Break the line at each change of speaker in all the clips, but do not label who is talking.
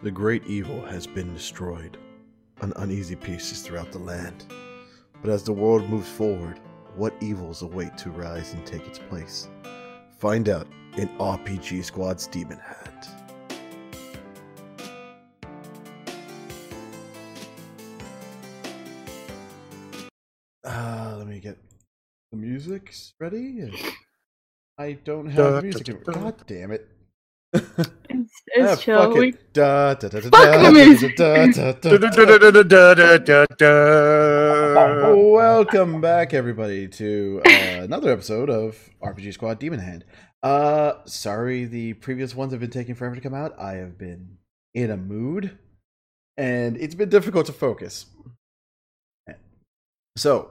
The great evil has been destroyed. An uneasy peace is throughout the land. But as the world moves forward, what evils await to rise and take its place? Find out in RPG Squad's Demon Hat. Uh, let me get the music ready. I don't have music. in- God damn it.
It's, it's
Ah,
chill.
Fuck
We,
it. Da, da, da, da,
Fuck
da,
the
da,
music.
da, da, da, da, da.
Hello,
Welcome back, everybody, to uh, another episode of RPG Squad Demon Hand. Uh, sorry, the previous ones have been taking forever to come out. I have been in a mood, and it's been difficult to focus. So,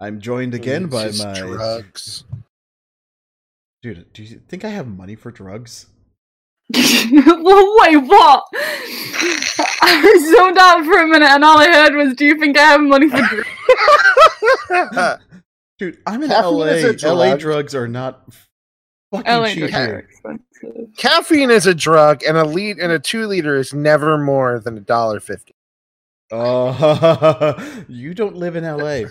I'm joined again
It's
by
just
my
drugs.
dude. Do you think I have money for drugs?
well, wait, what? I was zoned out for a minute, and all I heard was, "Do you think I have money for drugs?"
Dude, I'm in
Caffeine
LA.
is a drug.
LA drugs are not fucking
LA
cheap
drugs
here.
are expensive.
Caffeine is a drug, and a lead and a two liter is never more than a dollar fifty.
Oh, you don't live in LA.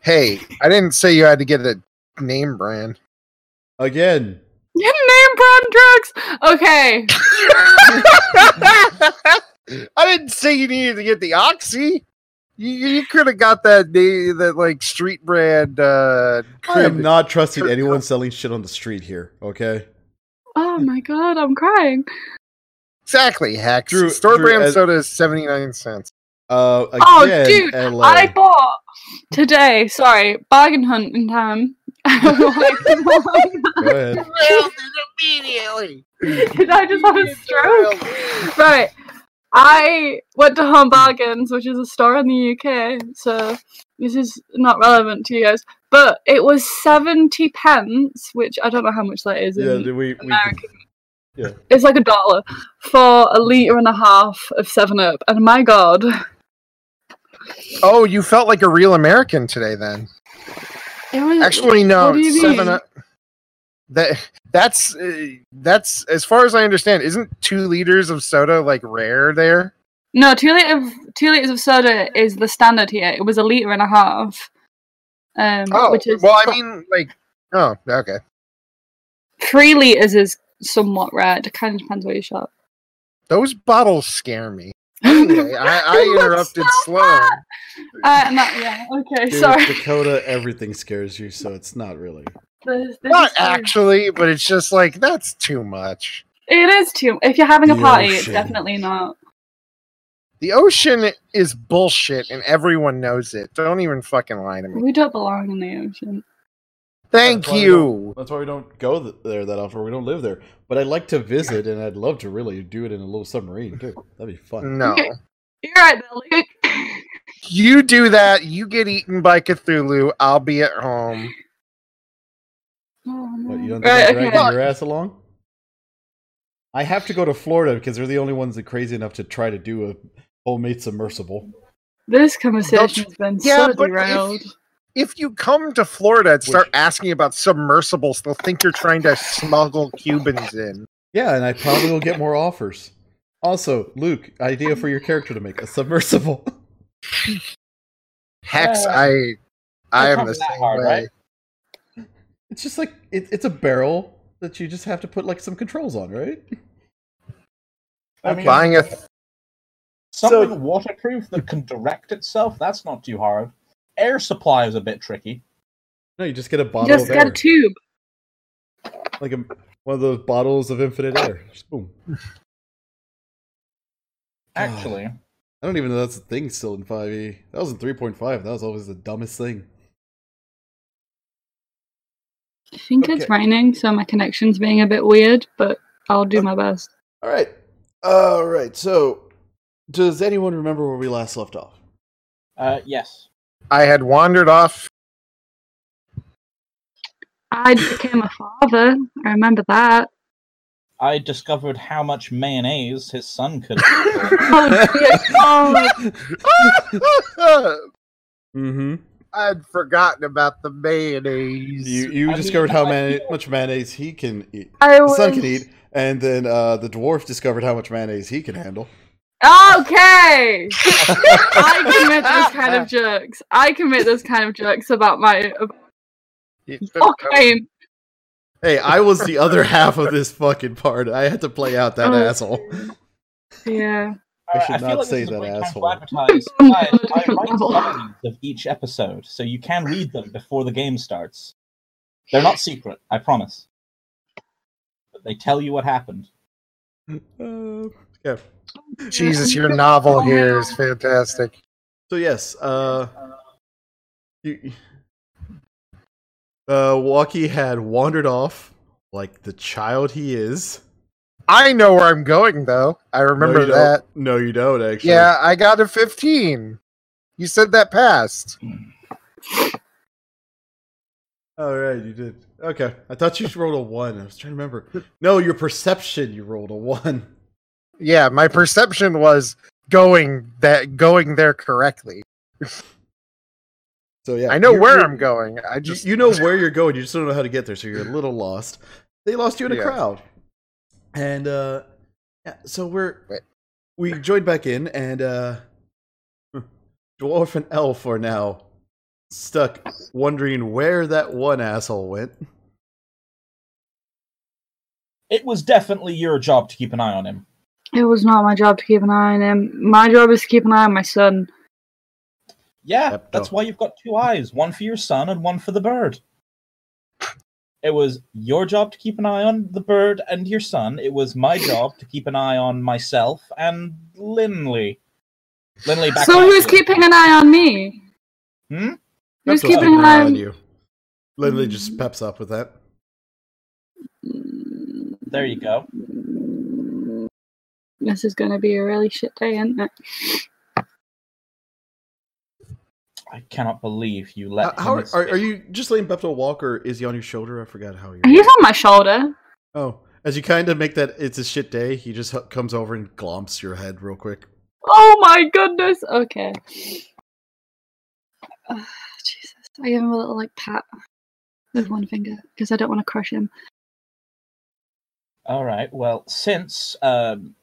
Hey, I didn't say you had to get a name brand.
Again.
You name brand drugs. Okay.
I didn't say you needed to get the oxy. You, you could have got that na- that like street brand. Uh,
I am
crib.
not trusting anyone selling shit on the street here, okay?
Oh my god, I'm crying.
exactly hex.
Drew-
Store
Drew,
brand
as-
soda is seventy nine cents.
Uh again,
Oh, dude,
LA.
I bought today. Sorry, bargain hunt in time. Did
Go ahead.
immediately.
I just have a stroke? Right. I went to Home Bargains, which is a store in the UK, so this is not relevant to you guys. But it was 70 pence, which I don't know how much that is.
Yeah,
in-
do we, we
American.
Yeah.
It's like a dollar for a litre and a half of 7 Up. And my god,
Oh, you felt like a real American today then.
it was.
Actually, no.
What do you
it's seven
mean?
up. That that's uh, that's as far as I understand. Isn't two liters of soda like rare there?
No, two, litre of, two litres of soda is the standard here. It was a litre and a half. Um,
Oh,
which is
well, I mean, like, oh, okay.
three litres is somewhat rare. It kind of depends where you shop.
Those bottles scare me. Anyway, I, I
It looks
interrupted
so
Sloan.
Uh, no, yeah, okay,
dude,
sorry.
Dakota, everything scares you, so it's not really.
This, this
Not
is too-
actually, but it's just like that's too much.
It is too. If you're having a
The
party, it's
ocean.
definitely not.
The ocean is bullshit, and everyone knows it. Don't even fucking lie to me.
We don't belong in the ocean.
Thank
why we
you.
That's why we don't go th- there that often. or We don't live there. But I'd like to visit, and I'd love to really do it in a little submarine, too. That'd be fun.
No.
You're right, there, Luke.
You do that, you get eaten by Cthulhu, I'll be at home.
Oh,
What, you
no.
don't think
right,
I'm dragging
okay.
your ass along? I have to go to Florida because they're the only ones that crazy enough to try to do a homemade submersible.
This conversation has been
Yeah,
so
but if-
derailed.
If you come to Florida and start asking about submersibles, they'll think you're trying to smuggle Cubans in.
Yeah, and I probably will get more offers. Also, Luke, idea for your character to make a submersible.
Hex,
Uh,
I I
that's
am
not
the
that
same
hard,
way.
right? It's just like it, it's a barrel that you just have to put like some controls on, right?
I mean,
Buying a th-
something waterproof that can direct itself, that's not too hard. Air supply is a bit tricky.
No, you just get a
You
bottle
Just
of air,
get a tube.
like a, one of those bottles of infinite air. Just boom.
Actually,
I don't even know that's a thing still in 5e. That was in 3.5. That was always the dumbest thing.
I think it's
Okay.
raining, so my connection's being a bit weird, but I'll do
Okay.
my best.
All right, all right. So, does anyone remember where we last left off?
uh, yes.
I had wandered off.
I became a father. I remember that.
I discovered how much mayonnaise his son could.
Oh, dear. Oh,
Mm-hmm.
I'd forgotten about the mayonnaise.
You you
I mean,
discovered how
I
man-
feel-
much mayonnaise he can eat.
I
The
was,
sun can eat, And then uh, the dwarf discovered how much mayonnaise he can handle.
Okay. I commit those kind of jokes. I commit those kind of jokes about my about
You-
Oh, cocaine.
Hey, I was the other half of this fucking part. I had to play out that
Oh.
asshole. I
Yeah.
All right,
should not
feel like this
say
is a
that
great time to
asshole.
advertise. Guys, I write lines of each episode, so you can read them before the game starts. They're not secret, I promise. But they tell you what happened.
Uh, yeah.
Jesus, your novel here is fantastic.
So yes, uh, you, uh, Walkie had wandered off like the child he is.
I know where I'm going though. I
No, you
remember
don't.
that.
No, you don't actually.
Yeah, I got a 15. You said that passed.
Hmm. All right, you did. Okay, I thought you rolled a one. I was trying to remember. No, your perception. You rolled a one.
Yeah, my perception was going that going there correctly.
So yeah,
I know
you-
where
you-
I'm going. I
You,
just
you know where you're going. You just don't know how to get there, so you're a little lost. They lost you in a
Yeah.
crowd, and uh, yeah, so we're
Wait.
we joined back in, and uh, dwarf and elf are now stuck wondering where that one asshole went.
It was definitely your job to keep an eye on him.
It was not my job to keep an eye on him. My job is to keep an eye on my son.
Yeah,
Yep,
that's
no.
why you've got two eyes one for your son and one for the bird. It was your job to keep an eye on the bird and your son. It was my job to keep an eye on myself and Linley. Linley back
So
last
who's
year.
keeping an eye on me?
Hmm?
Who's
That's what's
keeping Mm. an
going
eye
on
on
you? Lindley just peps up with that.
There you go.
Mm. This is gonna be a really shit day, isn't it?
I cannot believe you
How,
let.
how
him
are, are, are you just letting Pepto walk, or is he on your shoulder? I forgot how you're.
He's on my shoulder.
Oh, as you kind of make that, it's a shit day. He just h- comes over and glomps your head real quick.
Oh my goodness. Okay. Uh, Jesus. I give him a little like pat with one finger because I don't want to crush him.
All right. Well, since um,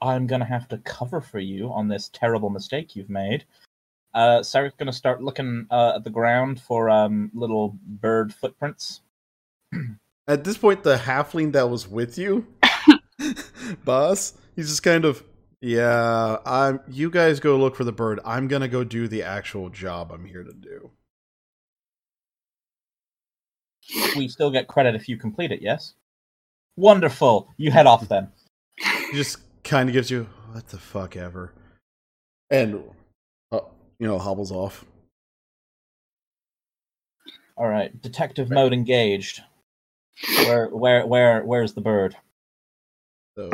I'm going to have to cover for you on this terrible mistake you've made, uh, Sarah's going to start looking uh, at the ground for um, little bird footprints.
At this point, the halfling that was with you, boss, he's just kind of, yeah, I'm. You guys go look for the bird. I'm gonna go do the actual job I'm here to do.
We still get credit if you complete it. Yes. Wonderful. You head off then.
He just kind of gives you what the fuck ever, and uh, you know hobbles off.
All right. Detective mode engaged. Where, where, where, where's the bird?
So,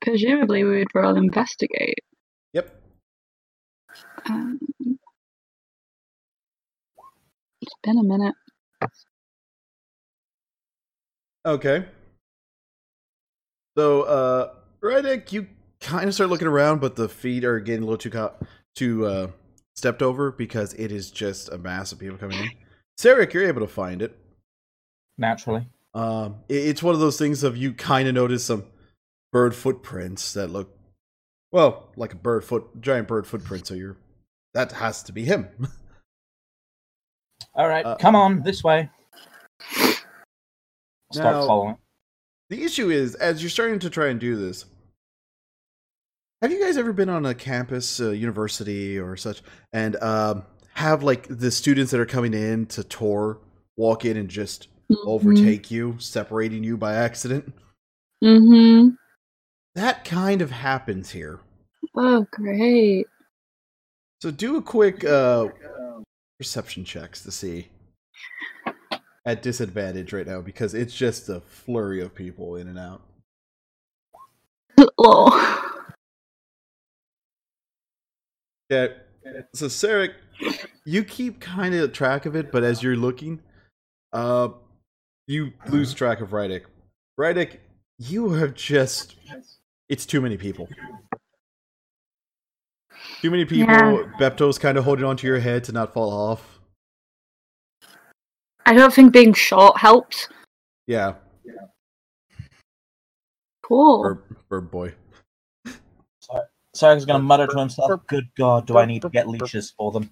Presumably, we would roll investigate.
yep.
Um, it's been a minute.
Okay. So, uh, Reddick, you kind of start looking around, but the feet are getting a little too co- too uh, stepped over because it is just a mass of people coming in. Sarek, you're able to find it.
Naturally.
Um, it- it's one of those things of you kind of notice some bird footprints that look, well, like a bird foot, giant bird footprint. So you're, that has to be him.
All right.
Uh,
come on this way. Start
Now-
following.
The issue is, as you're starting to try and do this, have you guys ever been on a campus, uh, university, or such, and um, have like the students that are coming in to tour walk in and just overtake you, separating you by accident?
Mm-hmm.
That kind of happens here.
Oh, great.
So do a quick uh, perception checks to see at disadvantage right now because it's just a flurry of people in and out.
Lol.
Yeah. So Sarek, you keep kind of track of it, but as you're looking, uh, you lose track of Rydick. Rydick, you have just—it's too many people. Too many people.
Yeah.
Bepto's kind of holding onto your head to not fall off.
I don't think being short helps.
Yeah.
Cool.
Burp, burp boy. uh,
Sarg's gonna mutter to himself, "Good God, do I need to get leashes for them?"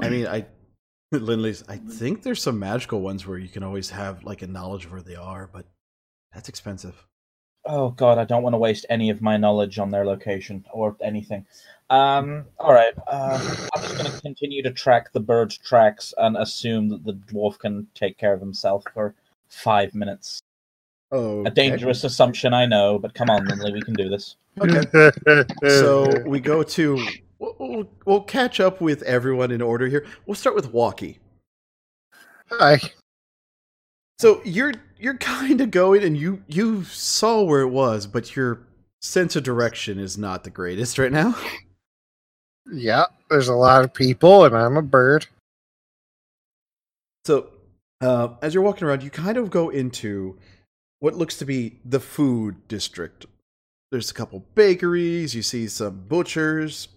I mean, I Lindley's. I think there's some magical ones where you can always have like a knowledge of where they are, but that's expensive.
Oh God, I don't want to waste any of my knowledge on their location or anything. Um, all right, uh, I'm just gonna continue to track the bird's tracks and assume that the dwarf can take care of himself for five minutes.
Oh,
A dangerous assumption, I know, but come on, Lindley, we can do this.
Okay. so we go to we'll, we'll, we'll catch up with everyone in order here we'll start with walkie
Hi.
so you're you're kind of going and you you saw where it was but your sense of direction is not the greatest right now
Yeah, there's a lot of people, and I'm a bird.
so uh, as you're walking around you kind of go into what looks to be the food district there's a couple bakeries you see some butchers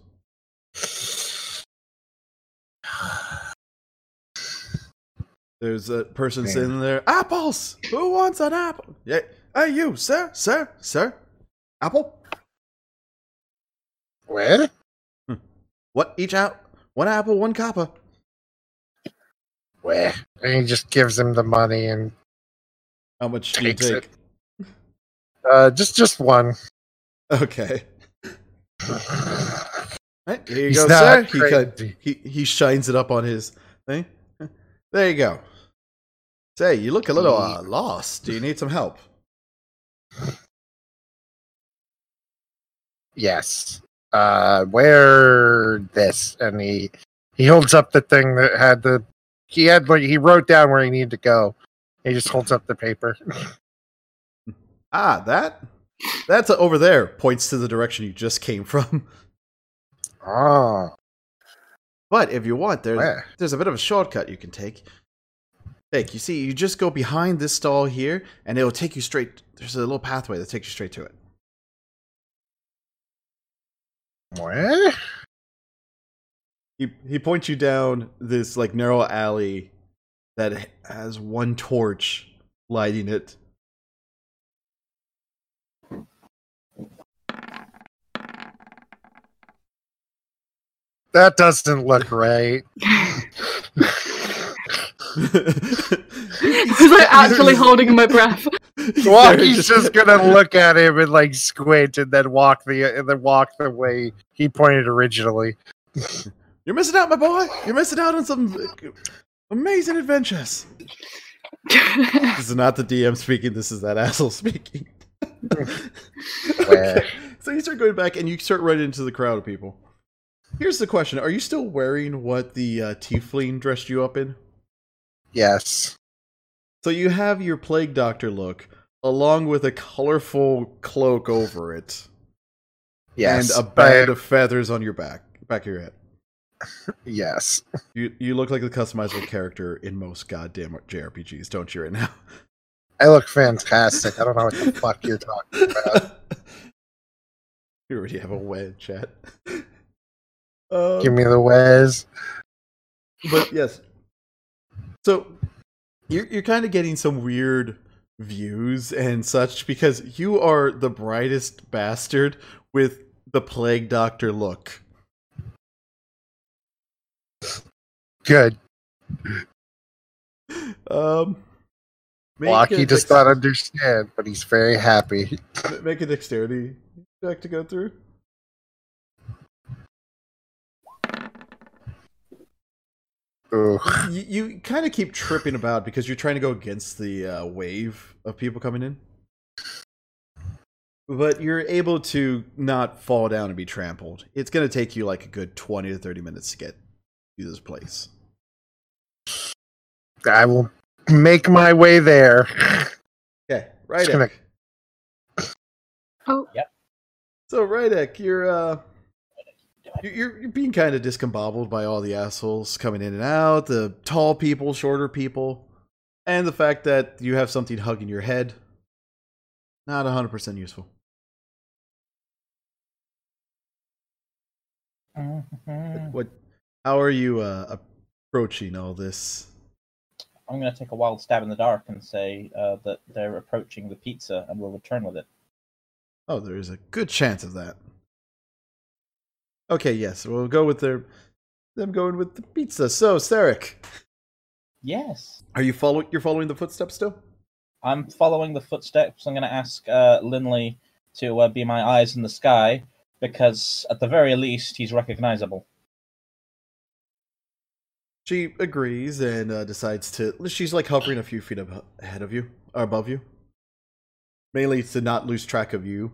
There's a person
Man.
sitting there. Apples. Who wants an apple? Yeah. Hey, you, sir, sir, sir. Apple.
What?
What? Each out. One apple, one copper.
Where? And he just gives him the money and
How much do
Takes
you
it.
take?
uh, just just one.
Okay. Right, here you
He's
go, sir.
not
He, cut-
crazy.
he he shines it up on his thing. There you go. Say, you look a little uh, lost. Do you need some help?
Yes. Uh, where this? And he he holds up the thing that had the he had like he wrote down where he needed to go. He just holds up the paper.
Ah, that. That's over there. Points to the direction you just came from.
Oh,
But if you want, there's
where?
there's a bit of a shortcut you can take. Take, you see, you just go behind this stall here, and it'll take you straight. There's a little pathway that takes you straight to it.
Where?
He he points you down this like narrow alley that has one torch lighting it.
That doesn't look right.
was like actually holding my breath.
Walkie's just gonna look at him and like squint, and then walk the and then walk the way he pointed originally.
You're missing out, my boy. You're missing out on some amazing adventures. This is not the DM speaking. This is that asshole speaking.
Where?
Okay, So you start going back, and you start right into the crowd of people. Here's the question: Are you still wearing what the uh, tiefling dressed you up in?
Yes.
So you have your plague doctor look, along with a colorful cloak over it,
Yes.
and a band
I-
of feathers on your back, back of your head.
yes.
You you look like the customizable character in most goddamn JRPGs, don't you? Right now.
I look fantastic. I don't know what the fuck you're talking about.
you already have a wed chat. Uh,
Give me the whiz.
but yes. So you're you're kind of getting some weird views and such because you are the brightest bastard with the plague doctor look.
Good.
Um make
Walkie
a
does
dex-
not understand, but he's very happy.
make a dexterity check to go through.
Ooh.
You, you kind of keep tripping about because you're trying to go against the uh, wave of people coming in. But you're able to not fall down and be trampled. It's going to take you like a good 20 to 30 minutes to get to this place.
I will make my way there.
Okay, right.
Just gonna-
So Rydek, you're uh you- you're you're being kind of discombobbled by all the assholes coming in and out, the tall people, shorter people, and the fact that you have something hugging your head. Not 100% useful.
Hmm.
Mm-hmm. What how are you uh approaching all this?
I'm going to take a wild stab in the dark and say uh, that they're approaching the pizza and will return with it.
Oh, there is a good chance of that. Okay, yes, we'll go with their them going with the pizza. So, Sarek,
Yes.
are you following? You're following the footsteps still?
I'm following the footsteps. I'm going to ask uh, Linley to uh, be my eyes in the sky because, at the very least, he's recognizable.
She agrees and uh, decides to. She's like hovering a few feet ab- ahead of you, or above you. Mainly to not lose track of you.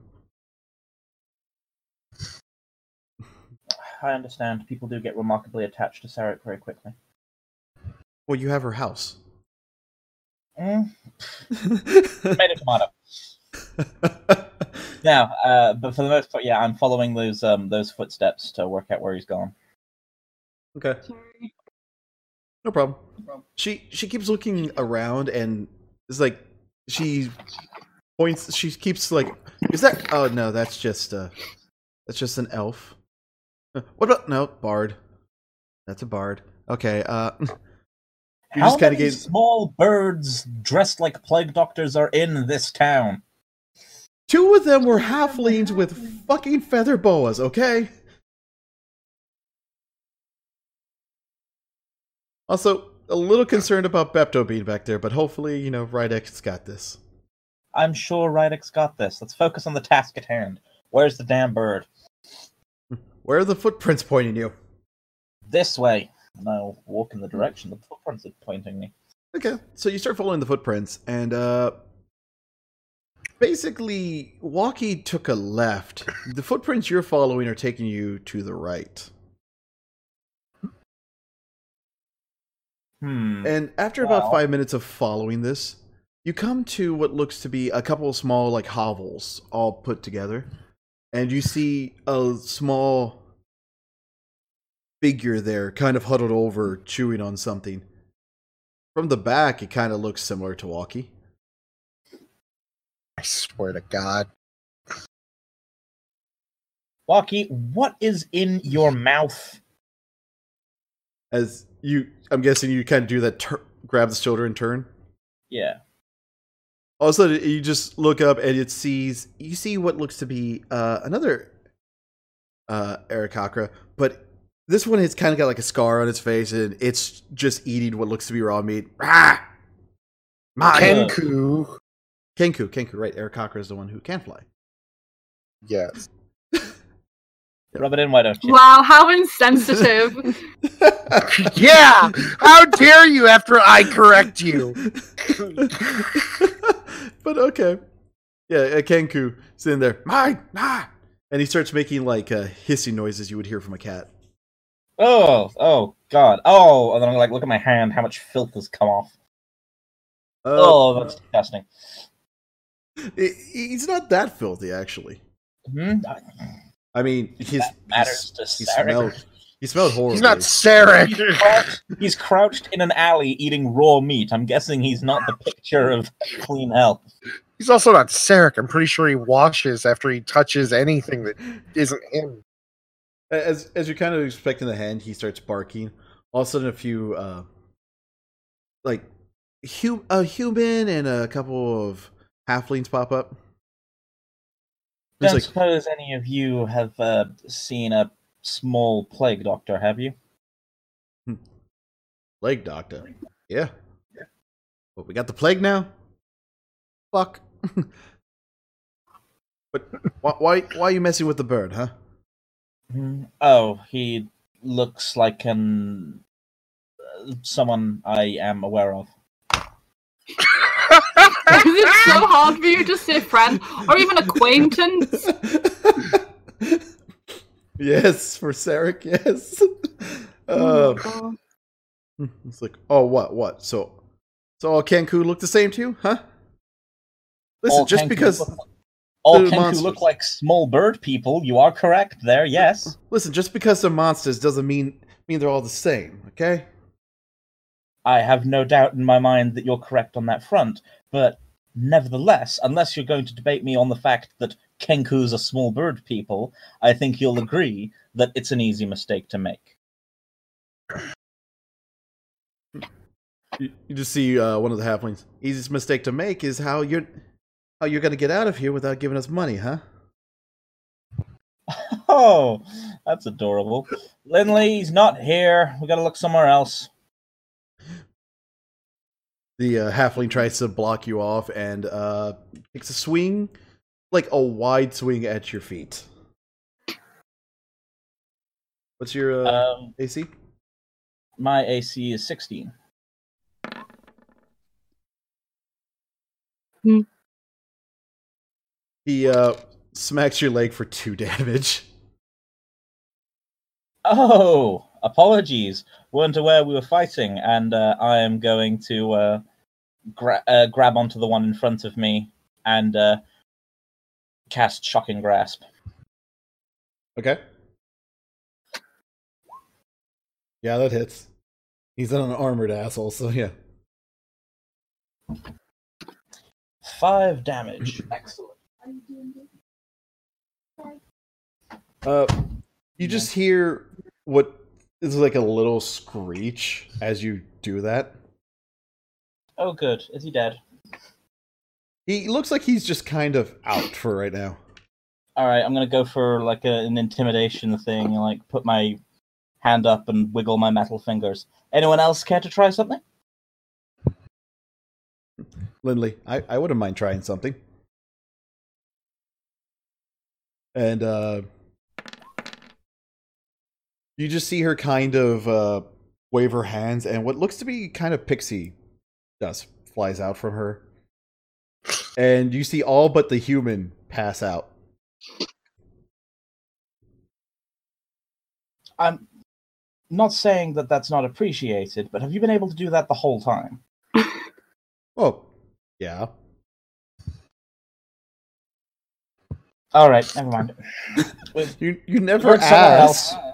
I understand people do get remarkably attached to Sarek very quickly.
Well, you have her house.
Mm, tomato, tomato. Now, uh, but for the most part, yeah, I'm following those um, those footsteps to work out where he's gone.
okay.
Sorry.
No problem.
problem.
She she keeps looking around and it's like she points. She keeps like, is that? Oh no, that's just uh, that's just an elf. Uh, What? About, no, bard. That's a bard. Okay. Uh, you
How
just kind
many
of gave.
small birds dressed like plague doctors are in this town?
Two of them were halflings with fucking feather boas. Okay. Also, a little concerned about Bepto being back there, but hopefully, you know, Rydek's got this.
I'm sure Rydek's got this. Let's focus on the task at hand. Where's the damn bird?
Where are the footprints pointing you?
This way. And I'll walk in the direction the footprints are pointing me.
Okay, so you start following the footprints, and uh, basically, Walkie took a left. The footprints you're following are taking you to the right.
Hmm.
And after
Wow.
about five minutes of following this, you come to what looks to be a couple of small, like hovels, all put together, and you see a small figure there, kind of huddled over, chewing on something. From the back, it kind of looks similar to Walkie.
I swear to God.
Waki, what is in your mouth?
As you, I'm guessing you kind of do that, tur- grab the shoulder and turn.
Yeah.
All of a sudden, you just look up and it sees you see what looks to be uh, another uh, Arakakra, but this one has kind of got like a scar on its face and it's just eating what looks to be raw meat. Ah! Rah! My
Ken-
Kenku.
Kenku, Kenku, right? Arakakra is the one who can fly.
Yes.
Rub it in, why don't you?
Wow, how insensitive.
yeah. How dare you after I correct you?
but okay, yeah, uh, Kenku sitting there, my, my, and he starts making like uh, hissing noises you would hear from a cat.
Oh, oh, God. Oh, and then I'm like, look at my hand, how much filth has come off.
Uh,
Oh, that's disgusting.
he- he's not that filthy actually.
Hmm?
I mean,
If
his
that matters to
he
Sarek.
smelled- he smelled horrible.
He's not Sarek.
He's crouched, he's crouched in an alley eating raw meat. I'm guessing he's not the picture of clean health.
He's also not Sarek. I'm pretty sure he washes after he touches anything that isn't him.
as as you're kind of expecting the hand, he starts barking. All of a sudden, a few uh, like hu- a human and a couple of halflings pop up.
Don't
It's like
suppose any of you have uh, seen a small plague doctor, have you?
plague doctor. Yeah. But we got the plague now. Fuck. but why, why why are you messing with the bird, huh?
Hmm. Oh, he looks like an uh, someone I am aware of.
Is it so hard for you to say friend or even acquaintance?
yes, for Sarek, yes.
Oh
Um,
my God.
it's like, oh, what, what? So, so all Kenku look the same to you, huh? Listen,
All
just
Kenku
because,
look, all
they're
Kenku
monsters.
look like small bird people. You are correct there. Yes.
listen, just because they're monsters doesn't mean mean they're all the same, okay?
I have no doubt in my mind that you're correct on that front, but nevertheless, unless you're going to debate me on the fact that Kenkus are small bird people, I think you'll agree that it's an easy mistake to make.
You, you just see uh, one of the halflings. Easiest mistake to make is how you're how you're gonna get out of here without giving us money, huh?
Oh, that's adorable. Lindley's not here. We gotta look somewhere else.
The uh, halfling tries to block you off and uh, takes a swing, like a wide swing at your feet. What's your uh,
Um,
AC?
my AC is 16.
He uh, smacks your leg for two damage.
Oh, apologies. Weren't aware we were fighting, and uh, I am going to uh, gra- uh, grab onto the one in front of me and uh, cast Shocking Grasp.
Okay. Yeah, that hits. He's an armored asshole, so yeah.
Five damage. Excellent.
Uh, you just hear what is like a little screech as you do that.
Oh, good. Is he dead?
He looks like he's just kind of out for right now.
All right, I'm gonna go for like a, an intimidation thing, like put my hand up and wiggle my metal fingers. Anyone else care to try something?
Lindley, I, I wouldn't mind trying something. And uh, you just see her kind of uh, wave her hands, and what looks to be kind of pixie dust flies out from her. And you see all but the human pass out.
I'm not saying that that's not appreciated, but have you been able to do that the whole time?
Oh, yeah.
All right, never mind.
You you never
Look somewhere
asked.
else.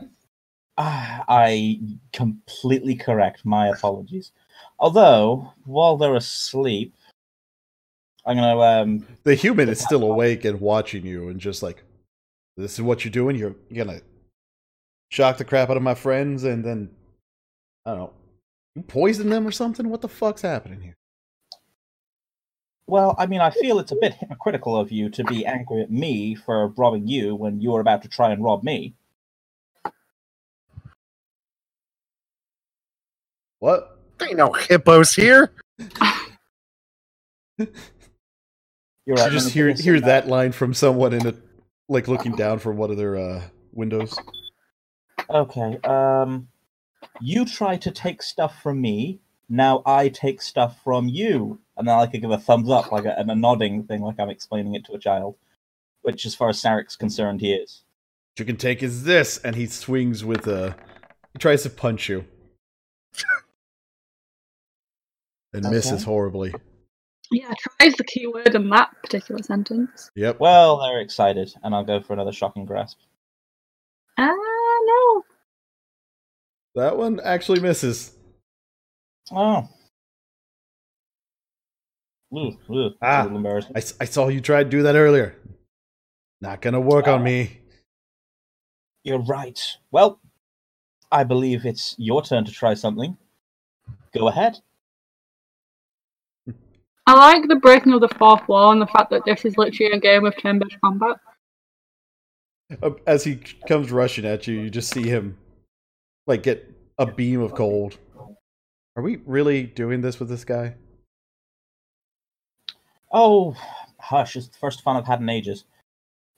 Ah, I completely correct. My apologies. Although, while they're asleep, I'm gonna um,
The human is still awake and watching you, and just like, this is what you're doing. You're, you're gonna shock the crap out of my friends, and then I don't know, you poison them or something. What the fuck's happening here?
Well, I mean, I feel it's a bit hypocritical of you to be angry at me for robbing you when you were about to try and rob me.
What?
There ain't no hippos here.
You're
You
right,
just
I'm
hear
innocent
hear
now.
that line from someone in a like looking down from one of their uh, windows.
Okay. Um, you try to take stuff from me. Now I take stuff from you, and then I could give a thumbs up, like a, and a nodding thing, like I'm explaining it to a child. Which, as far as Sarek's concerned, he is.
What you can take is this, and he swings with a. He tries to punch you. And misses
Okay.
horribly.
Yeah, try is the key word in that particular sentence.
Yep.
Well, they're excited, and I'll go for another shocking grasp.
Ah, no.
That one actually misses.
Oh. Ooh, ooh, that's
Ah.
a little embarrassing.
I, s- I saw you try to do that earlier. Not gonna work on me.
You're right. Well, I believe it's your turn to try something. Go ahead.
I like the breaking of the fourth wall and the fact that this is literally a game of chambered combat.
Uh, As he comes rushing at you, you just see him like get a beam of cold. Are we really doing this with this guy?
Oh, hush. It's the first fun I've had in ages.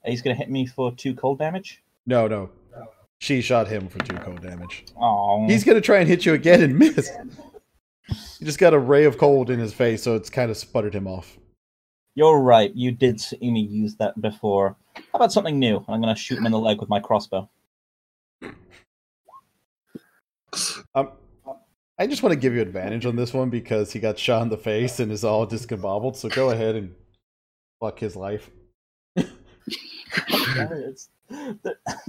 He's going to hit me for two cold damage.
No, no. She shot him for two cold damage.
Oh,
He's gonna try and hit you again and miss. You just got a ray of cold in his face, so it's kind of sputtered him off.
You're right. You did see me use that before. How about something new? I'm going to shoot him in the leg with my crossbow.
Um, I just want to give you advantage on this one because he got shot in the face and is all discombobbled. So go ahead and fuck his life.
It's-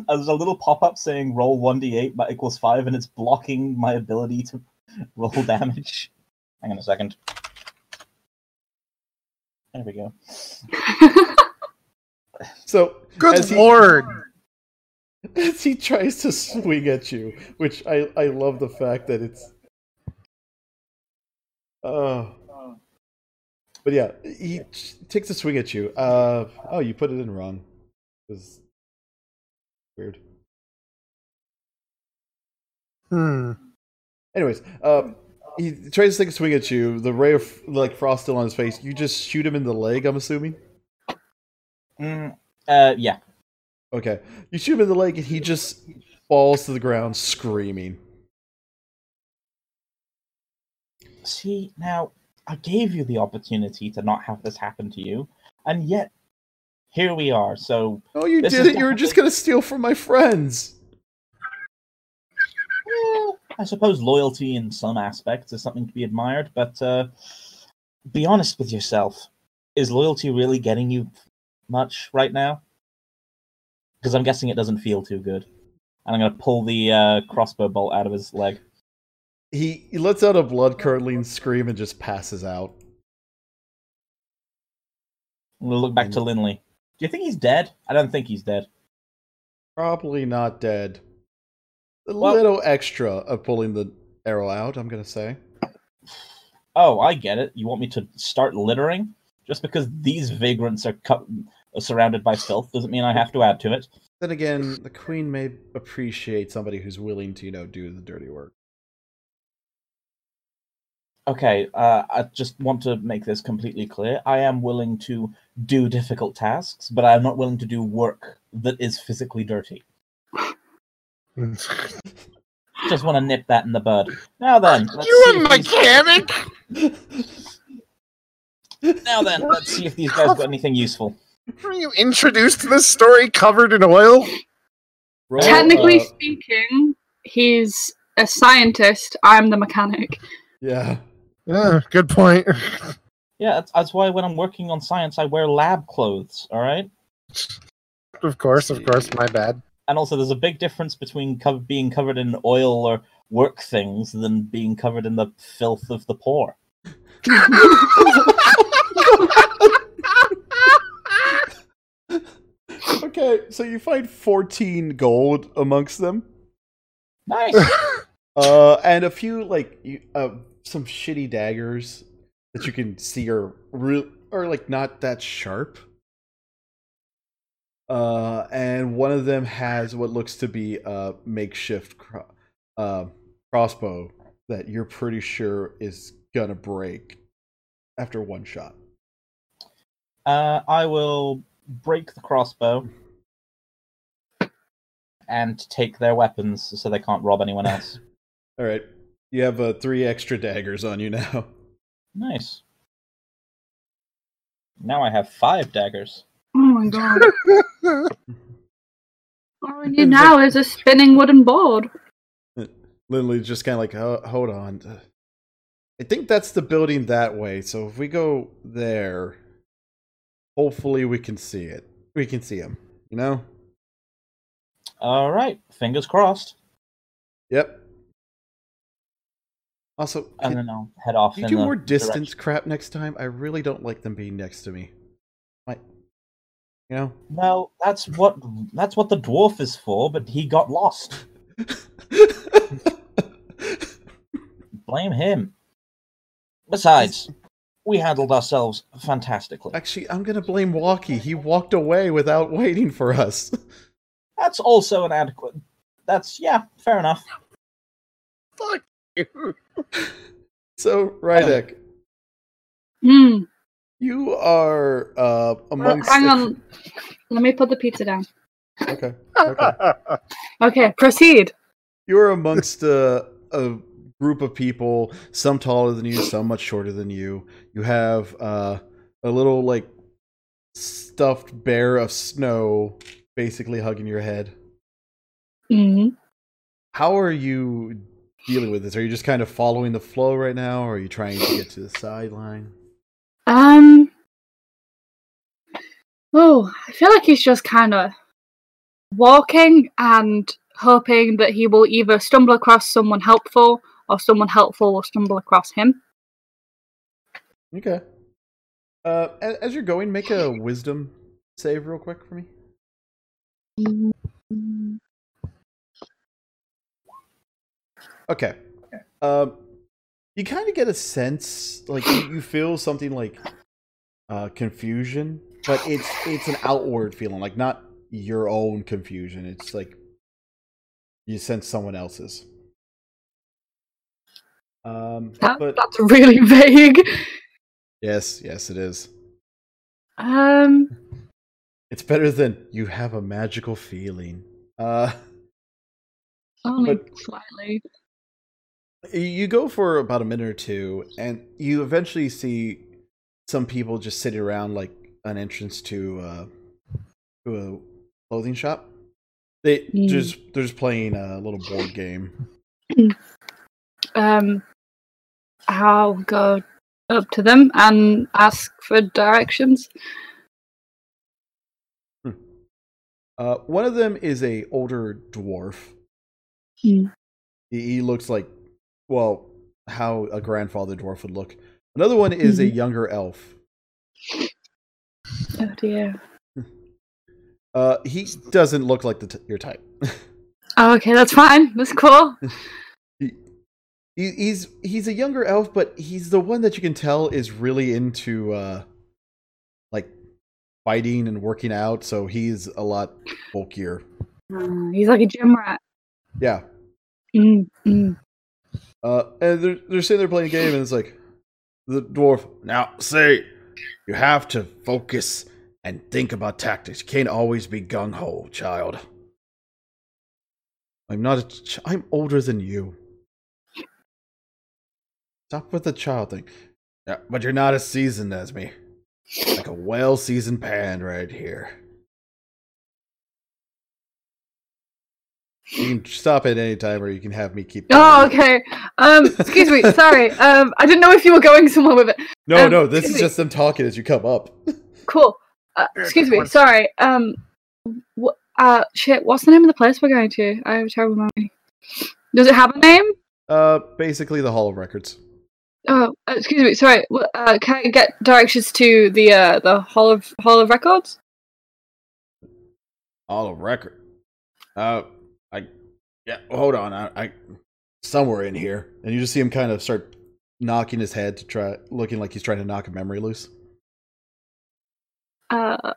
There's a little pop up saying roll 1d8 by equals 5, and it's blocking my ability to roll damage. Hang on a second. There we go.
So
Good
As he-
lord.
as he tries to swing at you, which I I love the fact that it's Oh. But yeah, he takes a swing at you. Uh, oh, you put it in wrong. This is weird.
Hmm.
Anyways, um, he tries to take a swing at you. The ray of like frost still on his face. You just shoot him in the leg. I'm assuming.
Mm, uh, yeah.
Okay, you shoot him in the leg, and he just falls to the ground screaming.
See, now, I gave you the opportunity to not have this happen to you, and yet, here we are, so.
Oh, you
This
did
is
it! You were just gonna steal from my friends.
Well, I suppose loyalty in some aspects is something to be admired, but uh, be honest with yourself. Is loyalty really getting you much right now? Because I'm guessing it doesn't feel too good. And I'm going to pull the uh, crossbow bolt out of his leg.
He, he lets out a blood curdling scream and just passes out.
I'm going to look back to Linley. Do you think he's dead? I don't think he's dead.
Probably not dead. A
Well-
little extra of pulling the arrow out, I'm gonna say.
Oh, I get it. You want me to start littering? Just because these vagrants are cut, are surrounded by filth doesn't mean I have to add to it.
Then again, the queen may appreciate somebody who's willing to, you know, do the dirty work.
Okay, uh, I just want to make this completely clear. I am willing to do difficult tasks, but I'm not willing to do work that is physically dirty. Just want to nip that in the bud. Now then, let's see
you a
if these-
mechanic?
now then, let's see if these guys got anything useful.
Were you introduced to this story covered in oil?
Roll,
Technically
uh,
speaking, he's a scientist. I'm the mechanic.
yeah.
Yeah, good point.
Yeah, that's, that's why when I'm working on science, I wear lab clothes. All right.
Of course, of course, my bad.
and also there's a big difference between co- being covered in oil or work things than being covered in the filth of the poor.
Okay, so you find 14 gold amongst them.
Nice.
Uh, and a few like you, uh, some shitty daggers that you can see are real are like not that sharp. Uh, and one of them has what looks to be a makeshift cro- uh, crossbow that you're pretty sure is gonna break after one shot.
uh, I will break the crossbow and take their weapons so they can't rob anyone else.
All right, you have uh, three extra daggers on you now.
nice. Now I have five daggers.
Oh my god. All we need now is a spinning wooden board.
Lindley's just kind of like, "Ho- hold on. uh" I think that's the building that way. So if we go there, hopefully we can see it. We can see him. You know?
All right, fingers crossed.
Yep. Also, can
And then I'll head off.
you
in
do
the
more
direction-
distance crap next time? I really don't like them being next to me. Like, you know?
Well, that's what that's what the dwarf is for. But he got lost. Blame him. Besides, we handled ourselves fantastically.
Actually, I'm gonna blame Walkie. He walked away without waiting for us.
That's also an adequate. That's yeah, fair enough.
Fuck you.
So, Rydek,
Hmm.
You are uh,
Well,
amongst.
hang on. Let me put the pizza down.
Okay. okay.
Okay, proceed.
You are amongst a, a group of people, some taller than you, some much shorter than you. You have uh, a little like stuffed bear of snow, basically hugging your head.
hmm
How are you dealing with this? Are you just kind of following the flow right now, or are you trying to get to the sideline?
Um. Oh, I feel like he's just kind of walking and hoping that he will either stumble across someone helpful or someone helpful will stumble across him.
Okay. Uh, a- as you're going, make a wisdom save real quick for me. Okay. Um, you kind of get a sense, like you, you feel something like uh, confusion, but it's it's an outward feeling, like not your own confusion. It's like you sense someone else's. Um,
That,
but
that's really vague.
yes, yes, it is.
Um,
It's better than you have a magical feeling. Uh,
only
But-
slightly.
you go for about a minute or two, and you eventually see some people just sitting around like an entrance to uh, to a clothing shop. They
Mm.
just they're just playing a little board game.
Um, I'll go up to them and ask for directions.
Uh, one of them is a older dwarf.
Hmm.
He, he looks like, well, how a grandfather dwarf would look. Another one is a younger elf.
Oh dear.
Uh, he doesn't look like the t- your type.
Oh, okay, that's fine. That's cool.
he, he- he's he's a younger elf, but he's the one that you can tell is really into uh, like fighting and working out. So he's a lot bulkier.
Uh, he's like a gym rat.
Yeah,
Mm, mm.
Uh, and they're they're sitting there playing a game, and it's like the dwarf. Now, say you have to focus and think about tactics. You can't always be gung ho, child. I'm not. A ch- I'm older than you. Stop with the child thing. Yeah, but you're not as seasoned as me. Like a well seasoned pan right here. You can stop at any time, or you can have me keep.
Oh,
going.
okay. Um, excuse me. Sorry. Um, I didn't know if you were going somewhere with it.
No,
Um,
no, this
excuse
is
me.
just them talking as you come up.
Cool. Uh,
Yeah,
excuse
of
me.
course.
Sorry. Um, wh- uh, shit. What's the name of the place we're going to? I have a terrible memory. Does it have a name?
Uh, basically the Hall of Records.
Oh, uh, excuse me. Sorry. wh- Uh, can I get directions to the uh the hall of hall of records?
Hall of Record. Uh, I, yeah, hold on, I, I, somewhere in here, and you just see him kind of start knocking his head to try, looking like he's trying to knock a memory loose.
Uh,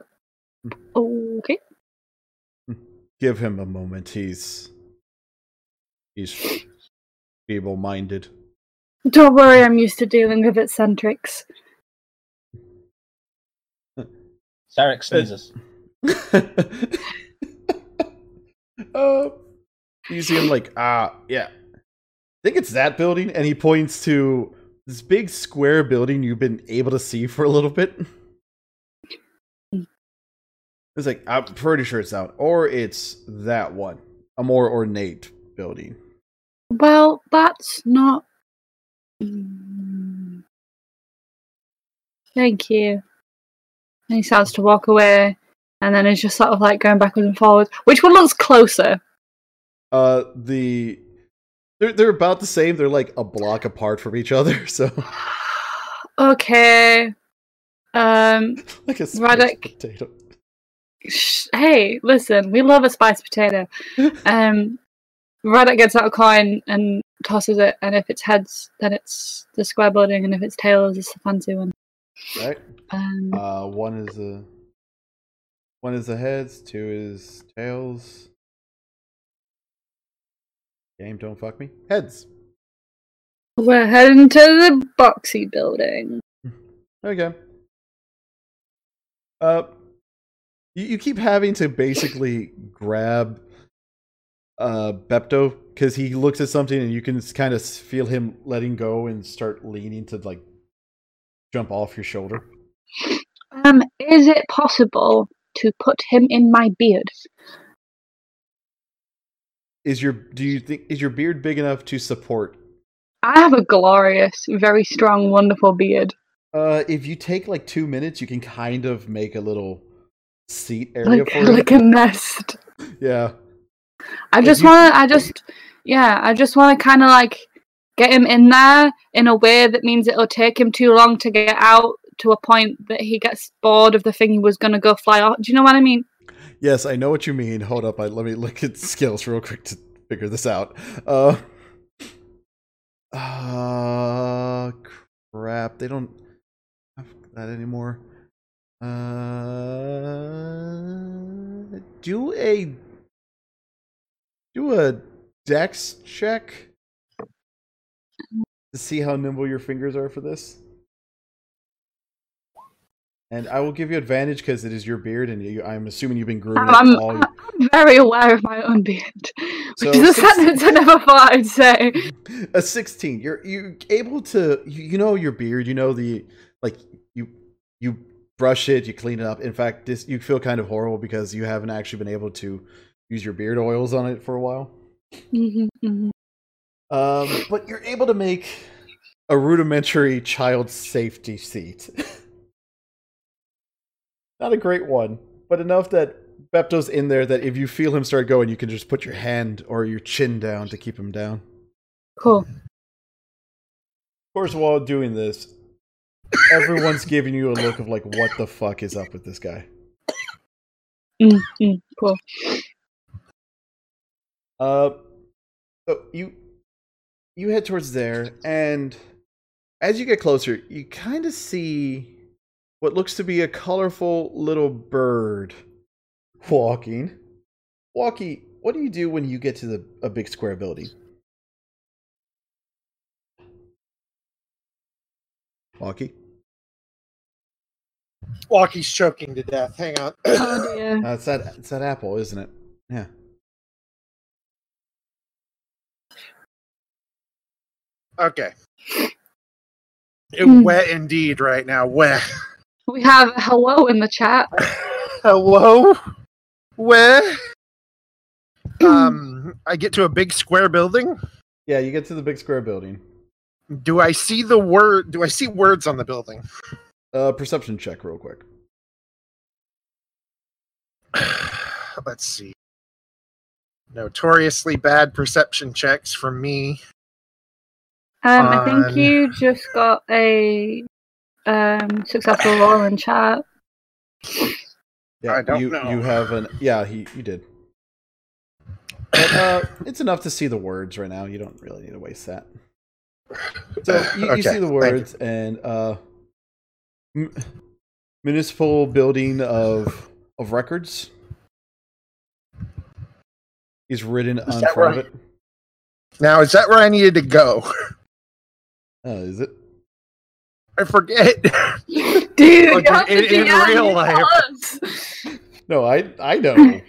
okay.
Give him a moment. He's, he's feeble-minded.
Don't worry. I'm used to dealing with eccentrics.
Sarek sneezes.
uh, you see him like, ah, yeah. I think it's that building, and he points to this big square building you've been able to see for a little bit. It's like, I'm pretty sure it's that one. Or it's that one. A more ornate building.
Well, that's not. Mm. Thank you. And he starts to walk away, and then it's just sort of like going backwards and forwards. Which one looks closer?
Uh the they're they're about the same, they're like a block apart from each other, so
okay. Um.
like a spiced
Radek.
potato.
Sh- hey, listen, we love a spiced potato. Um, Radek gets out a coin and tosses it, and if it's heads, then it's the square building, and if it's tails, it's the fancy one.
Right?
Um,
Uh, one is the one is the heads, two is tails. Game, don't fuck me. Heads.
we're heading to the boxy building.
Okay. Uh, you, you keep having to basically grab uh Bepto because he looks at something and you can kind of feel him letting go and start leaning to like jump off your shoulder.
Um, is it possible to put him in my beard?
Is your do you think is your beard big enough to support
I have a glorious, very strong, wonderful beard.
Uh, if you take like two minutes, you can kind of make a little seat area
Like,
for it.
like a nest.
Yeah,
I
Like,
just
you-
want to. I just, yeah, I just want to kind of like get him in there in a way that means it'll take him too long to get out to a point that he gets bored of the thing he was gonna go fly off. Do you know what I mean?
yes, I know what you mean. Hold up, I, let me look at skills real quick to figure this out. Uh, uh, Ah, crap. They don't have that anymore. Uh, do a do a dex check to see how nimble your fingers are for this. And I will give you advantage because it is your beard, and you, I'm assuming you've been grooming
I'm-
it all.
Very aware of my own beard, which
So,
is a
six-
sentence I never thought I'd say.
a 16 you're you able to you, you know your beard you know the like you you brush it you clean it up in fact this you feel kind of horrible because you haven't actually been able to use your beard oils on it for a while
Mhm, mhm.
um but you're able to make a rudimentary child safety seat not a great one but enough that Bepto's in there that if you feel him start going you can just put your hand or your chin down to keep him down
Cool.
Of course, while doing this, everyone's giving you a look of like, what the fuck is up with this guy?
Mm, mm, cool.
Uh, so you you head towards there, and as you get closer, you kind of see what looks to be a colorful little bird walking. Walkie, what do you do when you get to the a big square building? Walkie,
Walkie's choking to death. Hang on.
Oh dear.
uh, it's that it's that apple, isn't it? Yeah.
okay. It
Hmm.
wet indeed right now. Wet.
We have a hello in the chat.
Hello? Where?
Hmm.
um, I get to a big square building.
Yeah, you get to the big square building.
Do I see the word? Do I see words on the building?
Uh, perception check, real quick.
Let's see. Notoriously bad perception checks from me.
Um, I think
Fun.
you just got a um, successful roll in chat.
Yeah,
I don't
you,
know.
You have an yeah. He you did. But, uh, it's enough to see the words right now. You don't really need to waste that. So you,
Okay,
you see
thank
the
you.
words and uh, m- municipal building of of records is written on
that
front
right?
of it.
Now, is that where I needed to go?
Uh, is it?
I forget.
Dude, you
Like,
have to
Oh, in- in
DM,
real
you
life.
tell us.
No, I I know.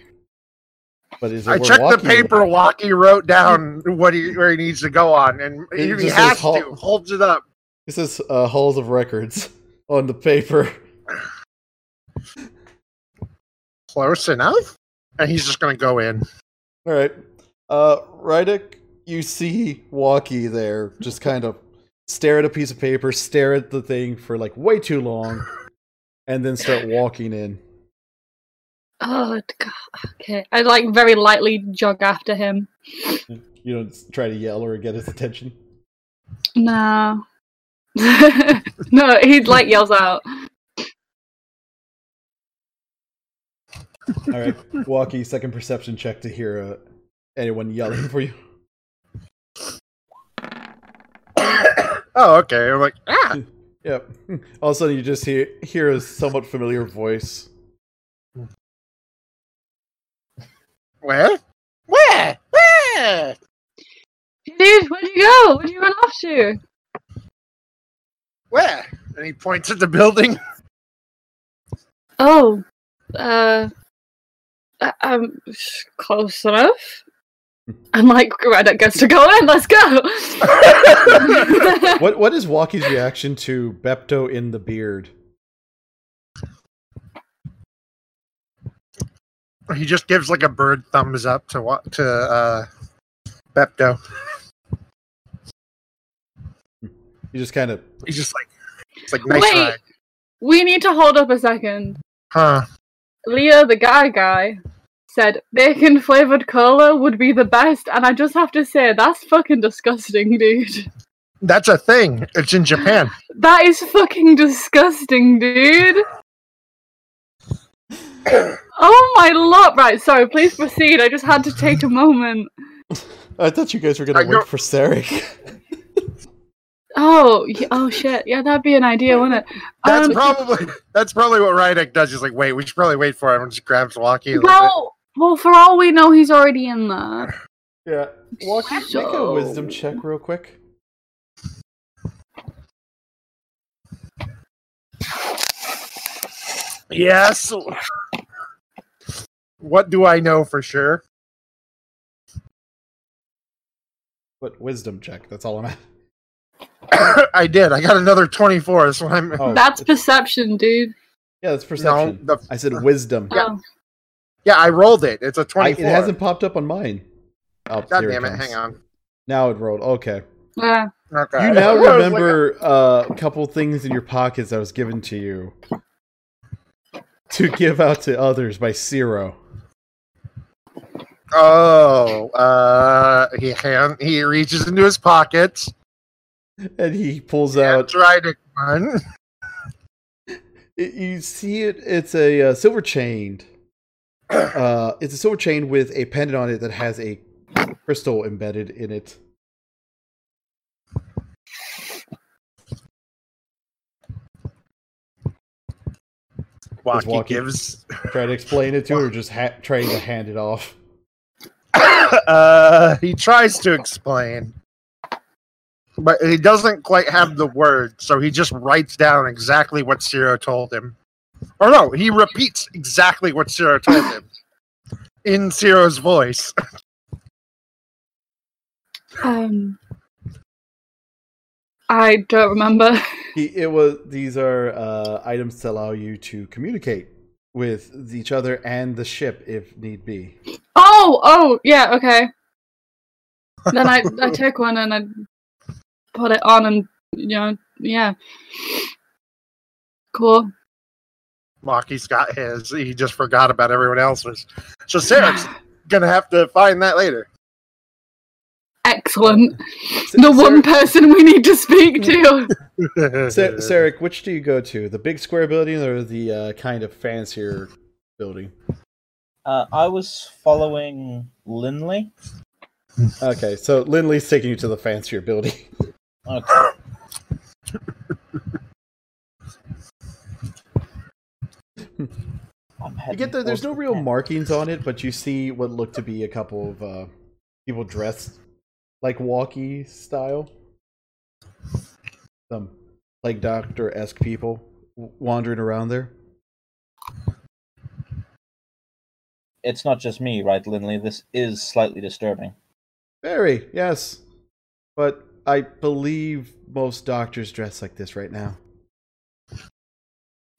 But is it?
I
where
checked the
walking-
paper Walkie wrote down what he where he needs to go on, and
It
if he
just says
has
hall-
to holds it up.
It says uh, halls of records on the paper.
Close enough. And he's just gonna go in.
All right. Uh, Rydick, you see Walkie there just kind of stare at a piece of paper, stare at the thing for like way too long, and then start walking in.
Oh, God. Okay. I like very lightly jog after him.
You don't s- try to yell or get his attention.
No. no, he like yells out.
All right. Walkie, second perception check to hear uh, anyone yelling for you.
oh, okay. I'm like, ah,
Yep. All of a sudden, you just hear, hear a somewhat familiar voice.
where, where, where?
Dude, where'd you go? Where'd you run off to?
Where? And he points at the building.
Oh, uh, I- I'm close enough. And like, Reddit gets to go in. Let's go.
What What is Walkie's reaction to Bepto in the beard?
He just gives like a bird thumbs up to what to uh, Bepto.
He just kind of
He's just like, it's like nice
Wait.
try,
we need to hold up a second.
huh?
Leo, the guy guy, said bacon flavored cola would be the best, and I just have to say that's fucking disgusting, dude.
That's a thing. It's in Japan.
That is fucking disgusting, dude. Oh my lord! Right, sorry. Please proceed. I just had to take a moment.
I thought you guys were gonna
I
wait
go-
for Sarek.
Oh, y- oh shit. Yeah, that'd be an idea, wouldn't it?
That's
Um,
probably that's probably what Rydeck does. He's like, wait, we should probably wait for him and just grabs Walkie. a little bit.
Well, well, for all we know, he's already in there.
Yeah. Walkie, make a
So-
wisdom check real quick.
Yes. What do I know for sure?
What wisdom check? That's all I'm at.
I did. I got another twenty-four. So I'm
Oh,
That's perception, dude.
yeah, that's
no.
perception.
The,
I said wisdom.
Oh.
yeah, I rolled it. It's a
I,
twenty-four.
it hasn't popped up on mine. Oh,
God
here
damn it!
comes.
Hang on.
Now it rolled. Okay.
Yeah.
Okay.
You now
I was like,
remember uh, a couple things in your pockets that was given to you to give out to others by Ciro.
oh, uh, he hand, he reaches into his pockets
And he pulls
and
out.
try to run.
it- you see it. It's a uh, silver chain. Uh, it's a silver chain with a pendant on it that has a crystal embedded in it.
Walkie,
Walkie.
gives.
Try to explain it to her, just ha- trying to hand it off.
uh, he tries to explain, but he doesn't quite have the words, so he just writes down exactly what Ciro told him. Or no, he repeats exactly what Ciro told him in Ciro's voice.
Um, I don't remember.
He, it was these are uh, items to allow you to communicate with each other and the ship if need be.
Oh, oh, yeah, okay. Then I, I take one and I put it on and, you know, yeah. Cool.
Maki's got his. He just forgot about everyone else's. So Sarah's gonna have to find that later.
Excellent.
Sa-
The one
Sarah,
person we need to speak to.
Sa- Sarek, which do you go to? The big square building or the uh, kind of fancier building?
Uh, I was following Linley.
Okay, so Lindley's taking you to the fancier building.
Okay. I'm
You get there. There's no real markings on it, but you see what look to be a couple of uh, people dressed like walkie style. Some like doctor esque people w- wandering around there.
It's not just me, right, Linley? This is slightly disturbing.
Very yes, but I believe most doctors dress like this right now.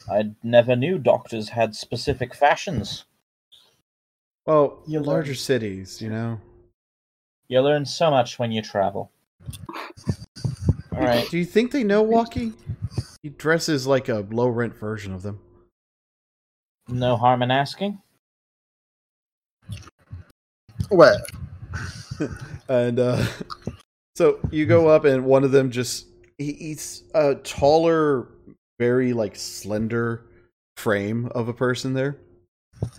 I never knew doctors had specific fashions.
Well,
You learn.
larger cities, you know.
You learn so much when you travel. All right.
Do you think they know walkie? He dresses like a low rent version of them.
No harm in asking.
What?
and uh, so you go up and one of them just he eats a taller very like slender frame of a person there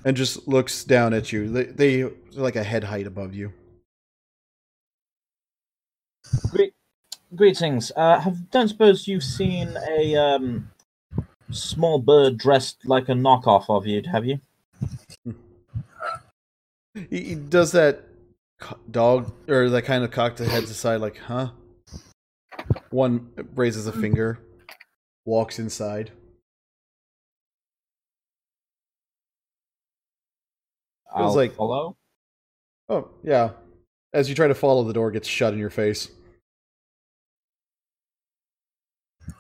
and just looks down at you they, they are like a head height above you
Greetings. Uh, have, don't suppose you've seen a um, small bird dressed like a knockoff of you, have you?
he, he does that co- dog or that kind of cock the head aside like huh one raises a finger walks inside
I'll
like-
follow.
oh yeah as you try to follow the door gets shut in your face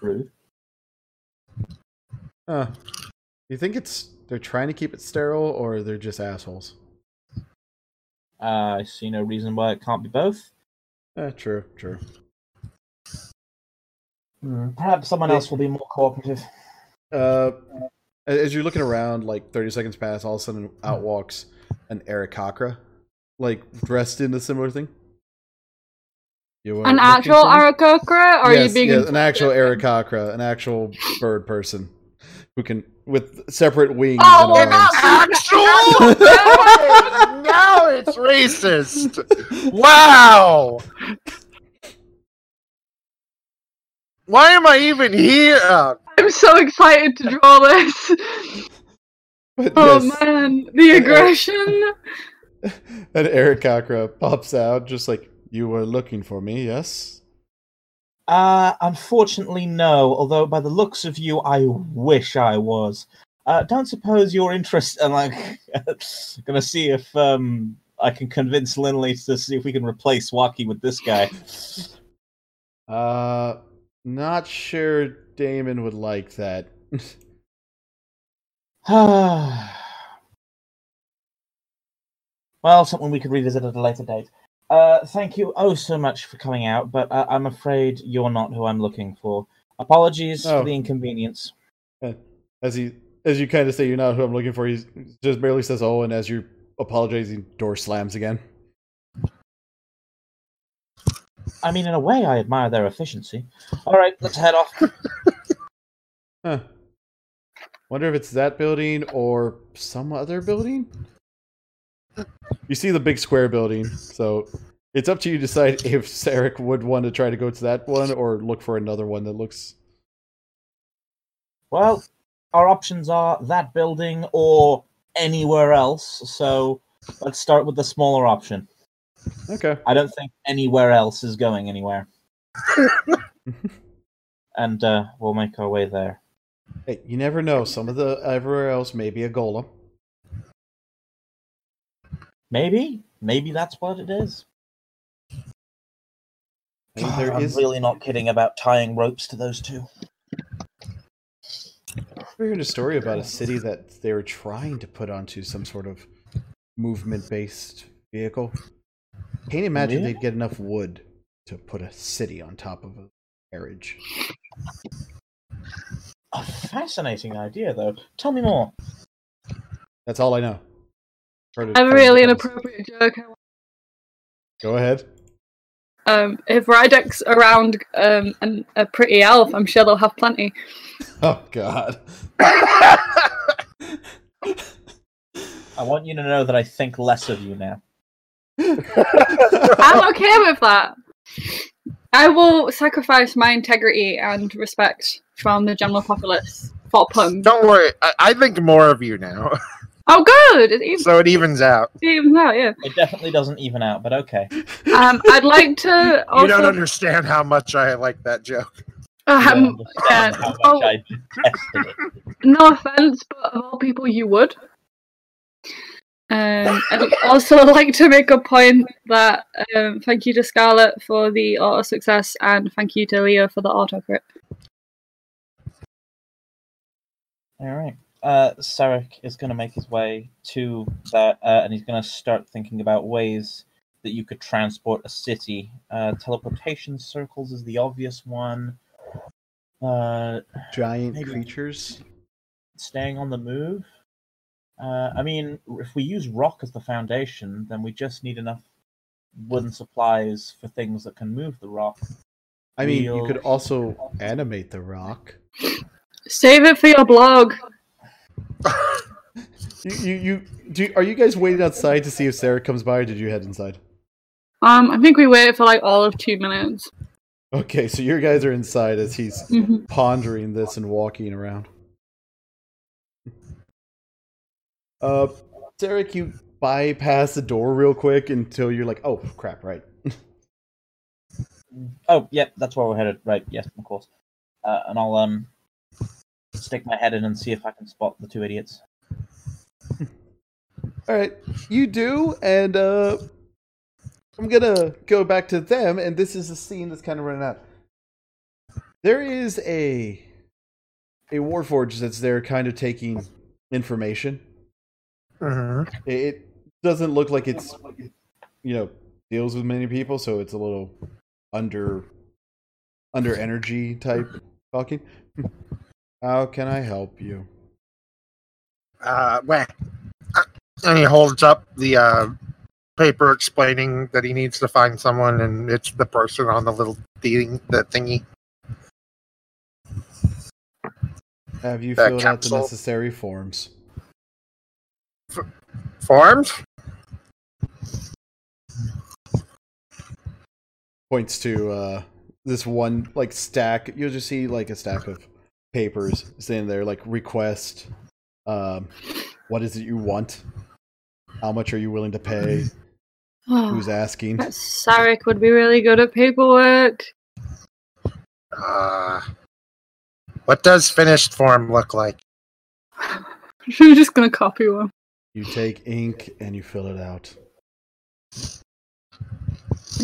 Rude.
Uh, you think it's they're trying to keep it sterile or they're just assholes?
Uh, I see no reason why it can't be both.
Eh, true, true.
Perhaps someone else will be more cooperative.
Uh, a- as you're looking around, like 30 seconds pass, all of a sudden out walks an Eric Cochra, like dressed in a similar thing. You are
An
looking
actual
for me?
Arakokra? Or are you
Yes,
being.
yes, an actual Eric Cochra, an actual bird person who can with separate wings.
Oh,
and
well,
arms.
Actual? now it's racist. Wow. Why am I even here?
I'm so excited to draw this.
But
Oh
yes,
man, the aggression.
and Eric Cockra pops out just like, you were looking for me, yes?
Uh, unfortunately, no. Although, by the looks of you, I wish I was. Uh, don't suppose you're interested. I'm like, gonna see if um I can convince Linley to see if we can replace Waki with this guy.
Uh, not sure Damon would like that.
well, something we could revisit at a later date. Uh, thank you oh so much for coming out, but uh, I'm afraid you're not who I'm looking for. Apologies
Oh.
for the inconvenience.
As he, as you kind of say, you're not who I'm looking for. He just barely says, "Oh," and as you're apologizing, door slams again.
I mean, in a way, I admire their efficiency. All right, let's head off.
Huh. Wonder if it's that building or some other building. You see the big square building, so it's up to you to decide if Sarek would want to try to go to that one or look for another one that looks.
Well, our options are that building or anywhere else. So let's start with the smaller option.
Okay.
I don't think anywhere else is going anywhere. and uh, we'll make our way there.
Hey, you never know. Some of the everywhere else may be a golem.
Maybe, maybe that's what it is.
I mean, there
I'm
is-
really not kidding about tying ropes to those two.
I heard a story about a city that they were trying to put onto some sort of movement-based vehicle. Can't imagine
Really?
they'd get enough wood to put a city on top of a carriage.
A fascinating idea, though. Tell me more.
That's all I know. Heard it
I have a
from the
really
fellas.
inappropriate joke.
Go ahead.
Um, if Rydek's around um, and a pretty elf, I'm sure they'll have plenty.
Oh God.
I want you to know that I think less of you now.
Oh.
I'm okay with that. I will sacrifice my integrity and respect from the general populace for Pung.
Don't worry. I, I think more of you now,
Oh, good. It evens,
so it evens out.
evens out, yeah.
It definitely doesn't even out, but okay.
Um, I'd like to also.
You don't understand how much I like that joke.
You
um,
don't understand
uh,
how much
oh.
I detested it.
No offense, but of all people, you would. Um, I'd also like to make a point that um, thank you to Scarlett for the auto success and thank you to Leo for the auto crit.
All right. Uh, Sarek is going to make his way to that, uh, and he's going to start thinking about ways that you could transport a city. Uh, teleportation circles is the obvious one. Uh,
Giant
Maybe.
creatures.
staying on the move. Uh, I mean, if we use rock as the foundation, then we just need enough wooden supplies for things that can move the rock.
I mean, you could
Wheels.
also animate the rock.
Save it for your blog.
You, you, you do. Are you guys waiting outside to see if Sarah comes by, or did you head inside?
Um, I think we waited for like all of two minutes.
Okay, so your guys are inside as he's
Mhm.
pondering this and walking around. Uh, Sarek, you bypass the door real quick until you're like, oh crap, right.
Oh, yep, that's where we're headed. Right, yes, of course. Uh, and I'll um stick my head in and see if I can spot the two idiots.
All right, you do, and uh, I'm gonna go back to them. And this is a scene that's kind of running out. There is a a warforge that's there, kind of taking information.
Mhm.
It- It doesn't look like it's you know deals with many people, so it's a little under under energy type talking. How can I help you?
Uh, wah. Uh, And he holds up the uh, paper explaining that he needs to find someone, and it's the person on the little thing, the thingy.
Have you
That
filled out the
capsule.
necessary forms?
Forms?
points to uh this one like stack. You'll just see like a stack of papers standing there, like request. Um, what is it you want? How much are you willing to pay? Who's asking?
That Sarek would be really good at paperwork.
Uh, what does finished form look like?
She's just gonna copy one.
You take ink and you fill it out.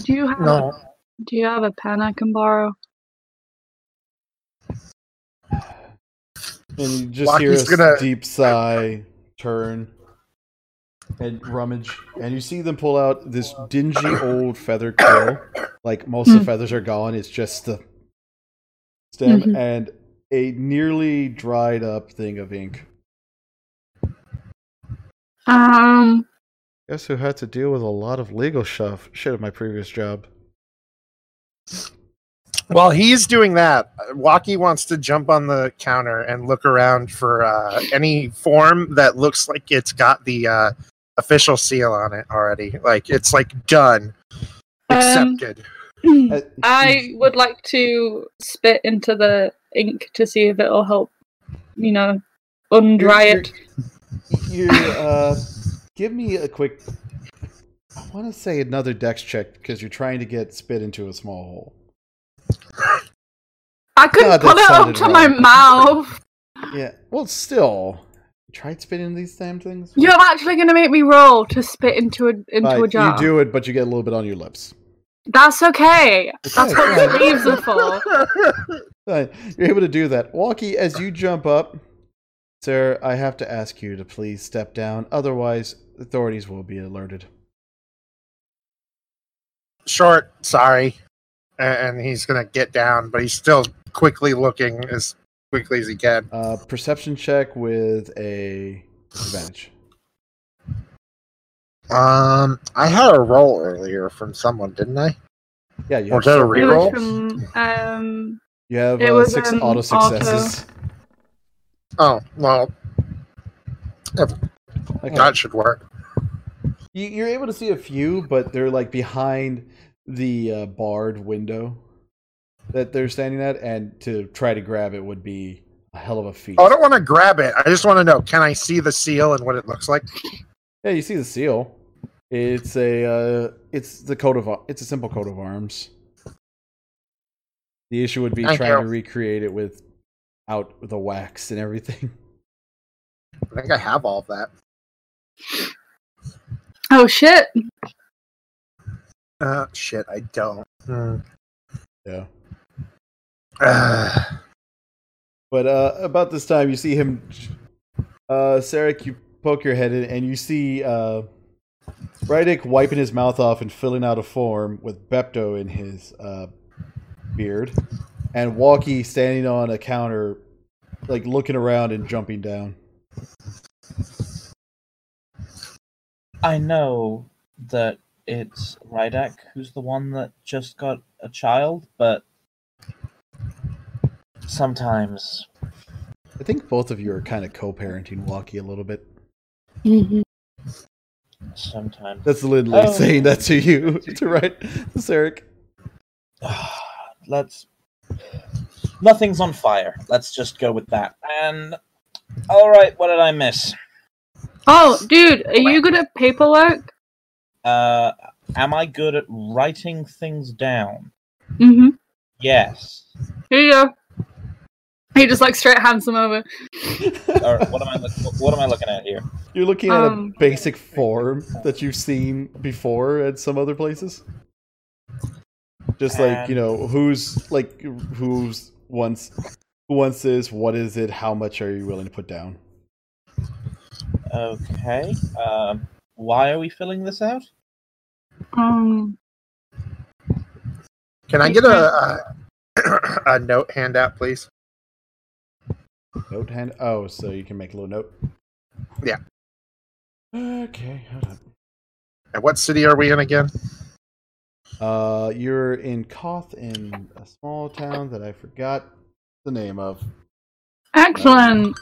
Do you have
No.
Do you have a pen I can borrow?
And you just
Lucky's
hear a
gonna-
deep sigh, turn, and rummage. And you see them pull out this dingy old feather quill. Like most of the
Hmm.
feathers are gone, it's just the stem
Mhm.
and a nearly dried up thing of ink.
Um,
Guess who had to deal with a lot of legal stuff? Shit at my previous job.
While he's doing that, Waki wants to jump on the counter and look around for uh, any form that looks like it's got the uh, official seal on it already. Like it's like done,
um,
accepted.
Uh,
I would like to spit into the ink to see if it'll help. You know, undry it.
You uh, give me a quick. I want to say another dex check because you're trying to get spit into a small hole.
I
God, that
couldn't put it up
sounded
to my
wrong.
mouth.
Yeah. Well, still, try spitting these damn things.
You're actually gonna make me roll to spit into a into
Fine,
a jar.
You do it, but you get a little bit on your lips.
That's okay. That's what
Fine.
the leaves are for.
Fine. You're able to do that. Walkie, as you jump up, sir, I have to ask you to please step down. Otherwise, authorities will be alerted.
Short, sorry, A- and he's gonna get down, but he's still quickly looking as quickly as he can.
Uh, perception check with a advantage.
Um, I had a roll earlier from someone, didn't I?
Yeah, you have
Or is that a
several
It was
Reroll?
rolls.
from um.
You have
It
uh,
was,
six
um,
auto
auto.
successes.
Oh well,
Okay.
that should work.
You, you're able to see a few, but they're like behind the uh, barred window that they're standing at, and to try to grab it would be a hell of a feat.
Oh, I don't want to grab it. I just want to know: Can I see the seal and what it looks like?
yeah, you see the seal. It's a uh, it's the coat of ar- it's a simple coat of arms. The issue would be
Thank
trying
you.
to recreate it without the wax and everything.
I think I have all of that.
Oh shit!
Uh, shit, I don't. Hmm.
Yeah.
Ah.
But uh, about this time, you see him, uh, Sarek. You poke your head in, and you see uh, Rydick wiping his mouth off and filling out a form with Bepto in his uh, beard, and Walkie standing on a counter, like looking around and jumping down.
I know that it's Rydak who's the one that just got a child, but sometimes
I think both of you are kind of co-parenting Walkie a little bit.
Mm-hmm.
sometimes
That's literally
Oh.
saying that to you, to right, Sarek.
let's nothing's on fire. Let's just go with that. And all right, what did I miss?
Oh, dude, are you good at paperwork?
Uh, am I good at writing things down?
Mm-hmm.
Yes.
Here you go. He just like straight hands him over.
Or what am I? Look- what am I looking at here?
You're looking at
Um,
a basic form that you've seen before at some other places. Just like, you know, who's like who's wants who wants this, what is it, how much are you willing to put down?
Okay. Um, why are we filling this out?
Um,
can I get a uh, a note handout, please?
Note hand oh, so you can make a little note.
Yeah.
Okay, hold on.
And what city are we in again?
Uh you're in Koth in a small town that I forgot the name of.
excellent.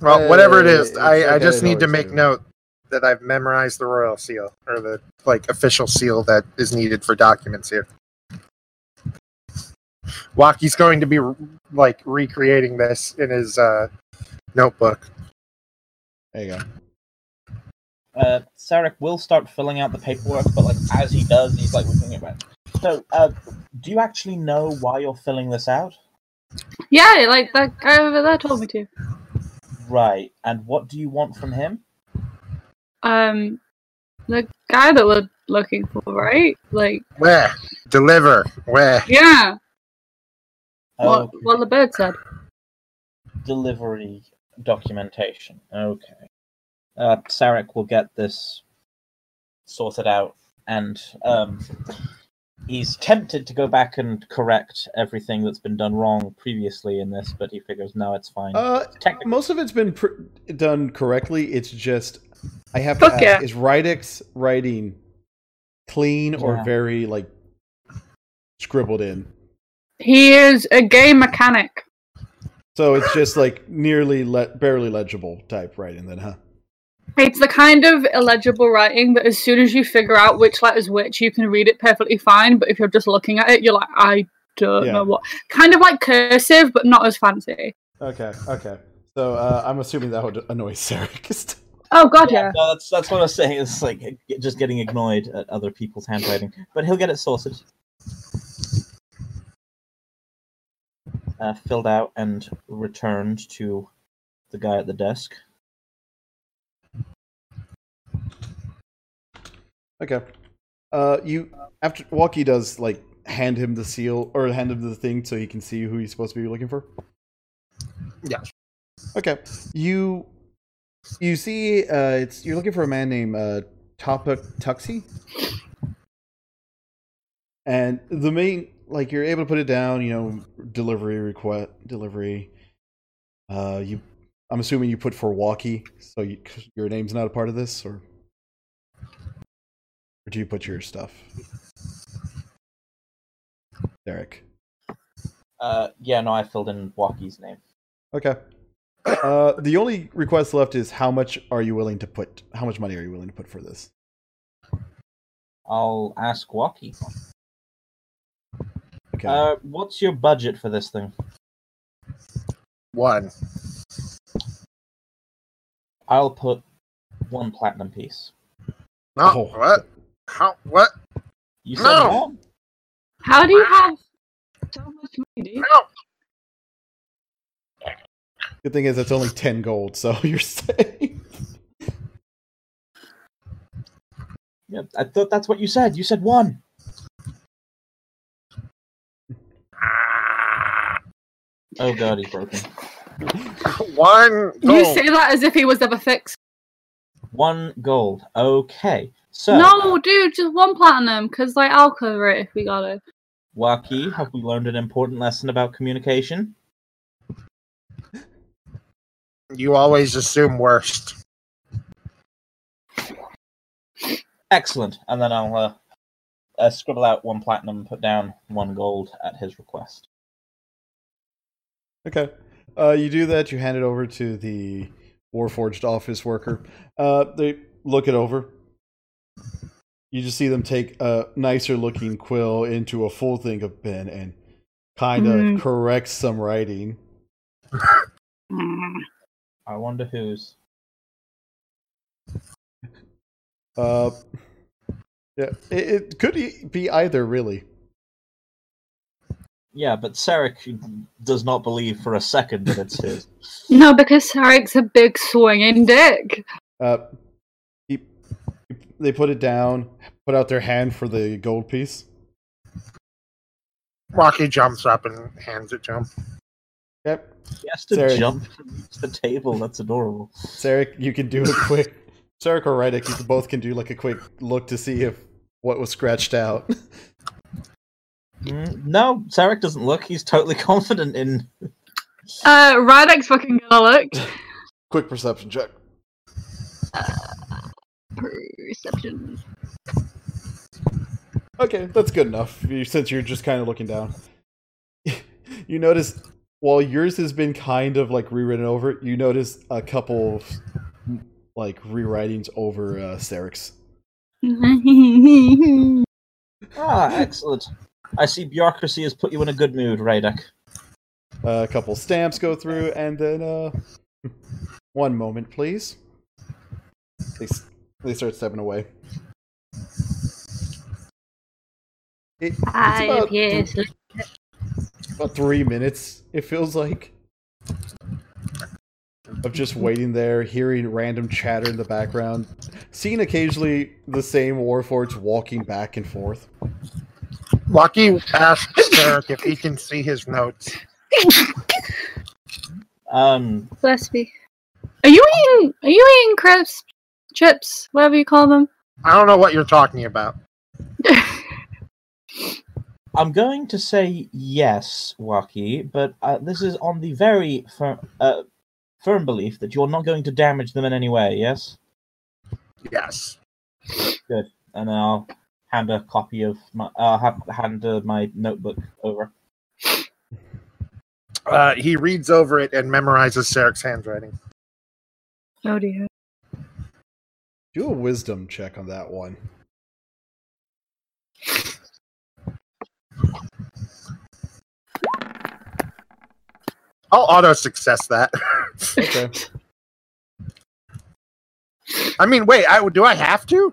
Well, whatever it is,
Hey, it's
I, I
okay,
just
no
need to
worries,
make
no
note that I've memorized the royal seal or the like official seal that is needed for documents here. Waki's going to be like recreating this in his uh, notebook.
There you go.
Uh, Sarek will start filling out the paperwork, but like as he does, he's like looking at it. So, uh, do you actually know why you're filling this out?
Yeah, like that guy over there told me to.
Right. And what do you want from him?
Um, the guy that we're looking for, right? Like,
Where deliver? Where?
yeah,
Oh,
what, what the bird said.
delivery documentation. Okay. Uh, Sarek will get this sorted out, and um, he's tempted to go back and correct everything that's been done wrong previously in this, but he figures no, it's fine.
Uh,
Technically,
most of it's been pr- done correctly. It's just I have to
Fuck
ask:
yeah.
Is Rydex writing clean or
Yeah.
very like scribbled in?
He is a game mechanic.
So it's just like nearly le- barely legible type writing, then, huh?
It's the kind of illegible writing that as soon as you figure out which letter's which, you can read it perfectly fine. But if you're just looking at it, you're like, I don't
Yeah.
know what. Kind of like cursive, but not as fancy.
Okay, okay. So uh, I'm assuming that would annoy Sarek.
Oh god,
yeah,
yeah.
no, that's that's what I was saying. It's like it- just getting annoyed at other people's handwriting, but he'll get it sorted, uh, filled out, and returned to the guy at the desk.
Okay. Uh, you after Walkie does like hand him the seal or hand him the thing so he can see who he's supposed to be looking for.
Yes.
Okay. You you see uh, it's you're looking for a man named uh, Topic Tuxi, and the main like you're able to put it down. You know, delivery request delivery. Uh, you. I'm assuming you put for Walkie, so you, your name's not a part of this, or or do you put your stuff? Derek.
Uh, yeah, no, I filled in Walkie's name.
Okay. Uh, the only request left is how much are you willing to put? How much money are you willing to put for this?
I'll ask Walkie.
Okay.
Uh, what's your budget for this thing?
One.
I'll put one platinum piece.
No.
Oh.
What? How? What?
You said
No!
one.
How do you have so much money? Dude?
No.
Good thing is that's only ten gold, so you're safe.
Yeah, I thought that's what you said. You said one. Oh god, he's broken.
One.
Oh.
You
goal.
say that as if he was ever fixed.
One gold. Okay. So,
No, dude, just one platinum, because like I'll cover it if we got it.
Waki, have we learned an important lesson about communication?
You always assume worst.
Excellent. And then I'll uh, uh, scribble out one platinum, put down one gold at his request.
Okay. Uh, you do that. You hand it over to the Warforged office worker. Uh, they look it over. You just see them take a nicer looking quill into a full thing of pen and kind of
Mm.
correct some writing.
Mm.
I wonder whose.
Uh, yeah, it, it could e- be either, really.
Yeah, but Sarek does not believe for a second that it's his.
No, because Sarek's a big swinging dick.
Uh, he, they put it down, put out their hand for the gold piece.
Rocky jumps up and hands it to him.
Yep.
He has to
Sarek.
jump to reach the table. That's adorable.
Sarek, you can do a quick. Sarek or Rydick, you both can do like a quick look to see if what was scratched out.
Mm, No, Sarek doesn't look. He's totally confident in.
Uh, Radek's fucking gonna look.
quick perception check.
Perception.
Okay, that's good enough. You, since you're just kind of looking down, you notice while yours has been kind of like rewritten over, you notice a couple of, like rewritings over uh, Sarek's.
Wait,
Ah, excellent. I see bureaucracy has put you in a good mood, Radek.
Uh, a couple stamps go through, and then uh, one moment, please. They s- they start stepping away. It, it's about,
years
about three minutes. It feels like of just waiting there, hearing random chatter in the background, seeing occasionally the same warforged walking back and forth.
Lucky asks Derek if he can see his notes.
Um,
Bless me.
Are you eating? Are you eating crisps, chips, whatever you call them?
I don't know what you're talking about.
I'm going to say yes, Waki, but uh, this is on the very fir- uh, firm belief that you're not going to damage them in any way, yes?
Yes.
And then I'll hand a copy of my, uh, ha- hand uh, my notebook over.
Uh, he reads over it and memorizes Sarek's handwriting.
Oh dear.
Do a wisdom check on that one.
I'll auto success that.
Okay.
I mean, wait, I do I have to?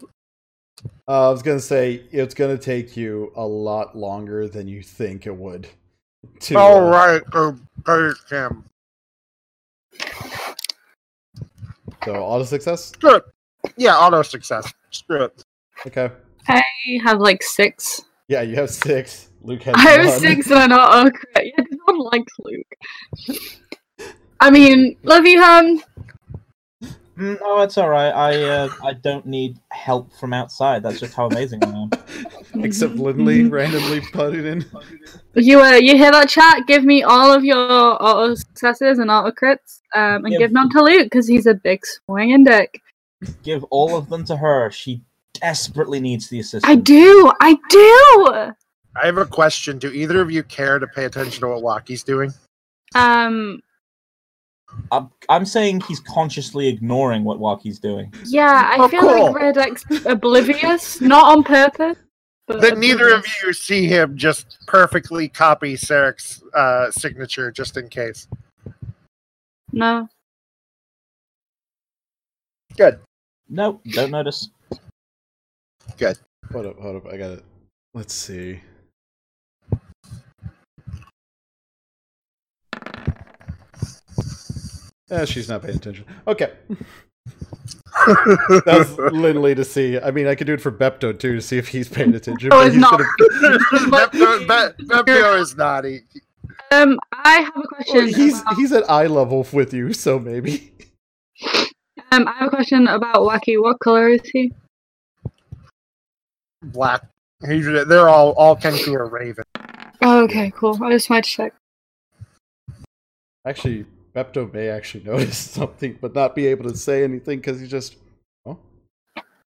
Uh, I was gonna say it's gonna take you a lot longer than you think it would. To, uh,
All right, go, go, Cam.
So auto success.
Screw it. Yeah, auto success. Screw it.
Okay.
I have like six.
Yeah, you have six. Luke has.
I have
none.
six and I know oh crap. Yeah, this one likes Luke. I mean, love you, hon.
Mm, oh, it's alright. I, uh, I don't need help from outside. That's just how amazing I am.
Except Lindley randomly put it in.
You uh, you hear that chat? Give me all of your auto successes and auto crits, um, and
Yeah.
give none to Luke because he's a big swinging dick.
Give all of them to her. She desperately needs the assistance.
I do, I do.
I have a question. Do either of you care to pay attention to what Waki's doing?
Um,
I'm, I'm saying he's consciously ignoring what Waki's doing.
yeah, I
Oh,
feel
cool.
like Redek's oblivious, not on purpose. But
Then neither of
oblivious.
you see him just perfectly copy Sarek's uh, signature just in case.
No.
Good.
Nope, don't notice.
Hold up, hold up. I got it. Let's see. Eh, she's not paying attention. Okay, that's Lindley to see. I mean, I could do it for Bepto too to see if he's paying attention.
Oh,
but
it's
he's
not.
gonna-
Bepio Be- Bepio is naughty.
Um, I have a
Well,
question.
Oh, he's
about,
he's at eye level with you, so maybe.
um, I have a question about Wacky. What color is he?
Black. He's- They're all all Kenku are Raven.
Oh, okay, cool. I just wanted to check.
Actually, Bepto may actually notice something, but not be able to say anything because he's just. Oh,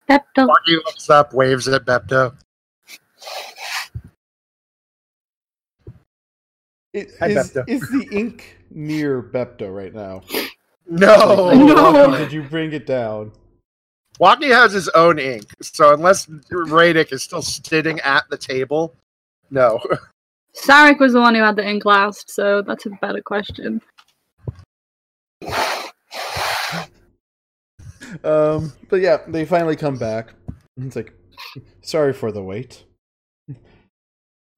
That don't.
Waki looks up, waves at Bepto.
It,
Hi,
is,
Bepto.
is the ink near Bepto right now?
No.
Like,
No.
Rocky, Did you bring it down?
Waki has his own ink, so unless Radek is still sitting at the table, no.
Sarek was the one who had the ink last, so that's a better question.
Um, but yeah, they finally come back. It's like, sorry for the wait.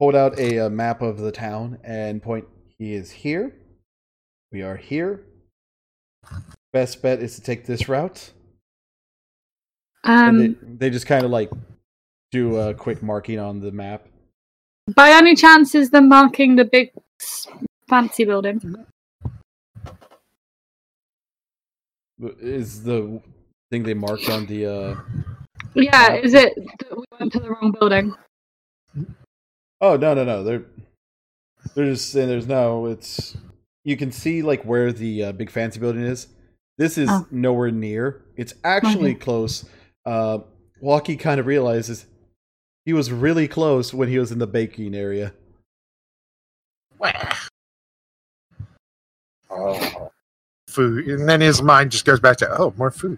Hold out a, uh map of the town and point. He is here. We are here. Best bet is to take this route.
Um,
and they, they just kind of like do a quick marking on the map.
by any chance, is them marking the big s- fancy building?
Is the thing they marked on the uh
Yeah, is it that we went to the wrong building?
Oh no no no they're they're just saying there's no it's you can see like where the uh, big fancy building is. This is
Oh.
nowhere near. It's actually close. Uh Walkie kind of realizes he was really close when he was in the baking area.
Oh. Food. And then his mind just goes back to, oh, more food.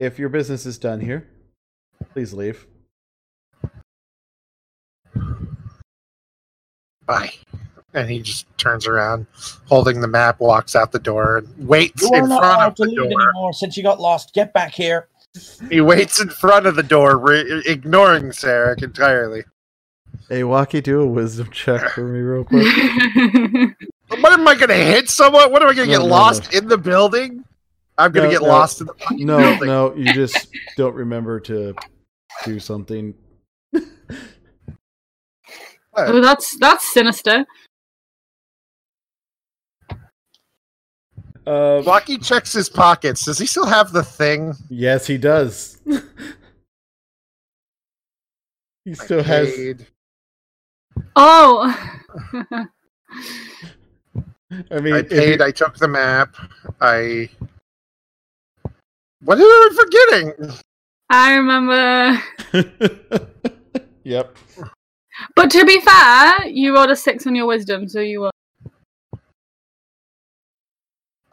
If your business is done here, Please leave.
Bye. And he just turns around, holding the map, walks out the door, and waits
You
in
are not
front of
allowed to
the
leave
door.
anymore since you got lost. Get back here.
He waits in front of the door, re- ignoring Sarek entirely.
Hey, Waki, do a wisdom check for me, real quick.
What am I going to hit someone? What am I going to
No,
get
no,
lost in the building? I'm going to
No,
get
no.
lost in the fucking
No,
building.
no, you just don't remember to do something.
oh, that's that's sinister.
Uh,
Lucky checks his pockets. Does he still have the thing?
yes, he does. he still has.
Arcade.
Oh,
I mean,
I
if
paid.
you-
I took the map. I. What am I forgetting?
I remember.
yep.
But to be fair, you rolled a six on your wisdom, so you were.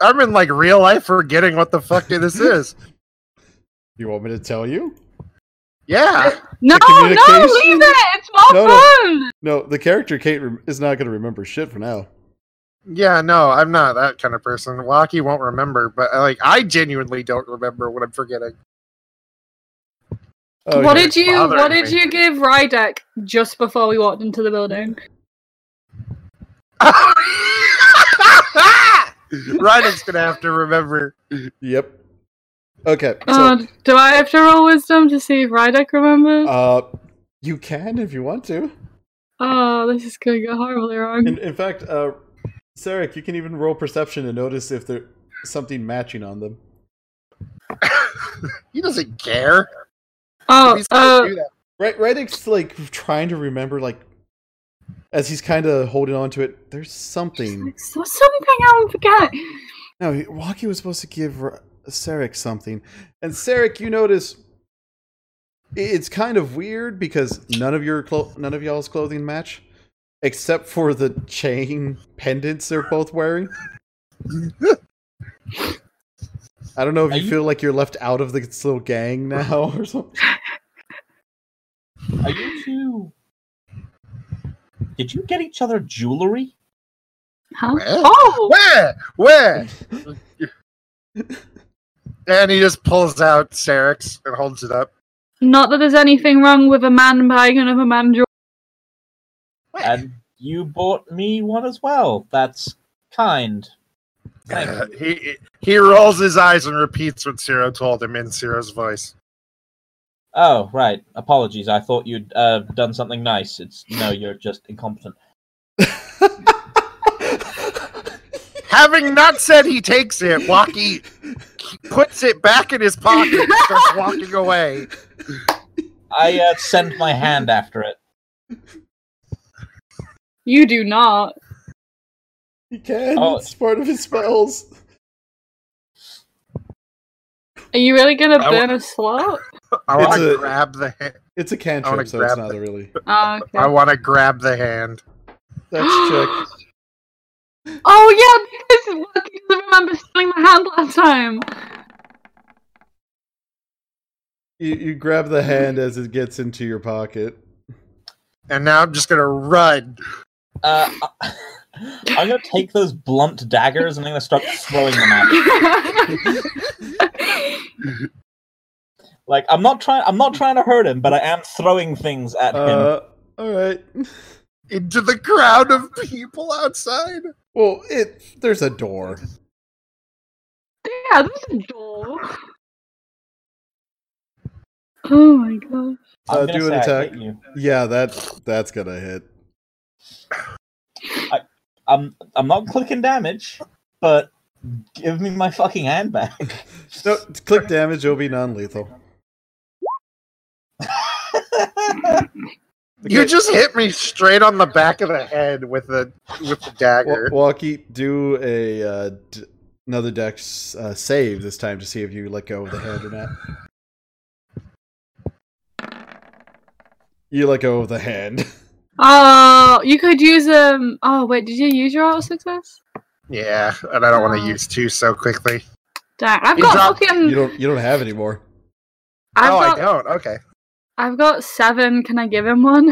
I'm in like real life forgetting what the fuck this is.
You want me to tell you?
Yeah.
No, no, leave
communication?
it. It's more
No, no.
fun.
No, the character Kate rem- is not going to remember shit for now.
Yeah, no, I'm not that kind of person. Lucky won't remember, but like I genuinely don't remember what I'm forgetting.
Oh,
what
yeah.
did you
bothering
What did
me.
you give Rydek just before we walked into the building?
Ryan's gonna have to remember.
Yep. Okay.
oh,
So,
d- do I have to roll wisdom to see if Rydek remembers?
uh, you can if you want to.
oh, this is going to go horribly wrong.
In, in fact, uh, Sarek, you can even roll perception to notice if there's something matching on them.
He doesn't care.
oh,
He's gonna
uh,
do that.
Right, Reddick's like trying to remember, like as he's kind of holding on to it. There's something.
so something I forget.
No, he- Waki was supposed to give R- Sarek something, and Sarek, you notice i- it's kind of weird because none of your clo- none of y'all's clothing match, except for the chain pendants they're both wearing. I don't know if
Are
you,
you-
feel like you're left out of this little gang now or something.
Are you two? Did you get each other jewelry?
Huh?
Well,
Oh,
Where? Where? and he just pulls out Sarex and holds it up.
not that there's anything wrong with a man buying another man jewelry.
And you bought me one as well. That's kind. Thank you.
Uh, he he rolls his eyes and repeats what Ciro told him in Ciro's voice.
Oh, right. Apologies. I thought you'd uh, done something nice. It's no, you're just incompetent.
Having not said he takes it, Waki puts it back in his pocket and starts walking away.
I uh, sent my hand after it.
You do not.
He can.
Oh.
It's part of his spells.
Are you really going to
I
burn a slot?
I
It's
want to
a-
grab the hand.
It's a
I wanna
cantrip, so it's
grab
not
that.
a really.
Oh, okay.
I want to grab the hand.
That's check.
Oh yeah, this is what I remember stealing my hand last time.
You, you grab the hand as it gets into your pocket.
And now I'm just gonna run.
Uh, I- I'm gonna take those blunt daggers and I'm gonna start throwing them at. you. Like I'm not trying. I'm not trying to hurt him, but I am throwing things at him.
Uh, all right.
Into the crowd of people outside.
Well, it there's a door.
yeah, this is a door. Oh my god.
I'm
uh,
gonna
do an
say I
attack.
hit you.
Yeah, that that's gonna hit.
I'm. I'm not clicking damage, but give me my fucking hand back.
No, it's click damage. It'll be non-lethal.
You just hit me straight on the back of the head with the with the
Wa-
dagger.
Walkie, do a uh, d- another dex uh, save this time to see if you let go of the hand or not. You let go of the hand.
Oh, you could use um. Oh wait, did you use your auto success?
Yeah, and I don't want
Oh.
to use two so quickly.
Dang, I've
You
got
dropped-
You
fucking.
don't. You don't have any more.
I've
oh,
got
I don't. Okay.
I've got seven. Can I give him one?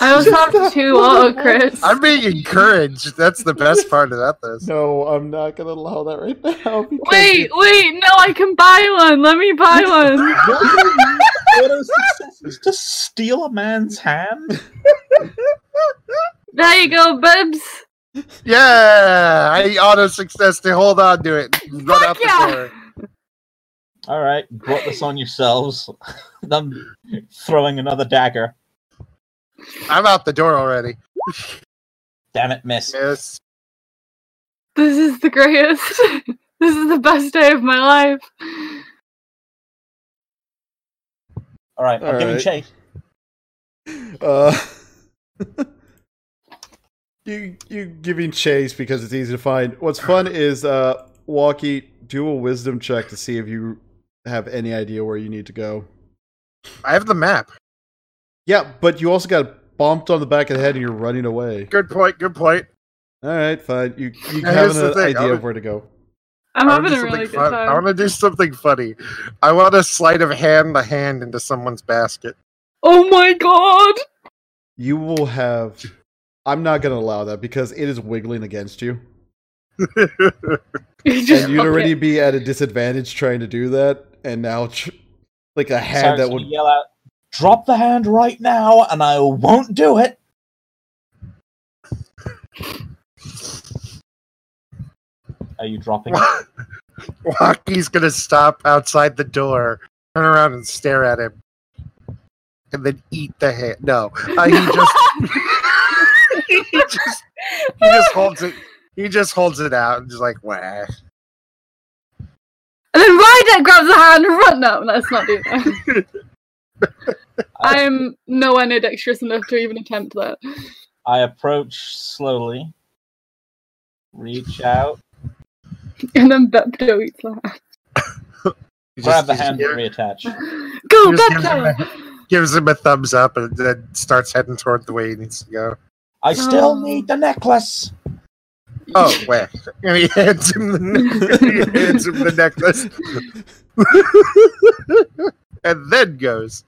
I also have two auto crits.
I'm being encouraged. That's the best part about this.
No, I'm not gonna allow that right now. because
Wait, wait, no, I can buy one. Let me buy one.
Auto successes. Just steal a man's hand.
There you go, Bibs.
Yeah, I auto success to hold on to it. and Run
Fuck
out
yeah.
the door.
All right, brought this on yourselves. I'm throwing another dagger.
I'm out the door already.
Damn it, miss.
Yes.
This is the greatest. this is the best day of my life.
All right, I'm
All
giving
right.
chase.
Uh, you you giving chase because it's easy to find. What's fun is uh, Walkie do a wisdom check to see if you have any idea where you need to go.
I have the map.
Yeah, but you also got bumped on the back of the head and you're running away.
Good point. Good point.
All right, fine. You you
Now,
have
here's the
an
thing,
idea
I
of
would-
where to go.
I'm
I wanna do
having a really
something
good
fun. I
time.
want to do something funny. I want to sleight of hand the hand into someone's basket.
Oh my god!
You will have. I'm not going to allow that because it is wiggling against you,
You just
and you'd
fuck it.
already be at a disadvantage trying to do that, and now. Tr- like a hand
Starts
that
to
would
yell out, "Drop the hand right now!" And I won't do it. Are you dropping? it?
Walkie's gonna stop outside the door, turn around and stare at him, and then eat the hand. No, uh, he just he just he just holds it. He just holds it out and just like, wah.
And then Ryder grabs the hand and run. No, let's not do that. I'm nowhere near dexterous enough to even attempt that.
I approach slowly, reach out,
And then Bepto eats that.
He just-
grab the
just
hand,
give-
and reattach.
Go,
Just give him
Bepto!
Gives him a thumbs up and then starts heading toward the way he needs to go.
I
Oh.
still need the necklace.
Oh, wait. And he hands him the, ne- he hands him the necklace. and then goes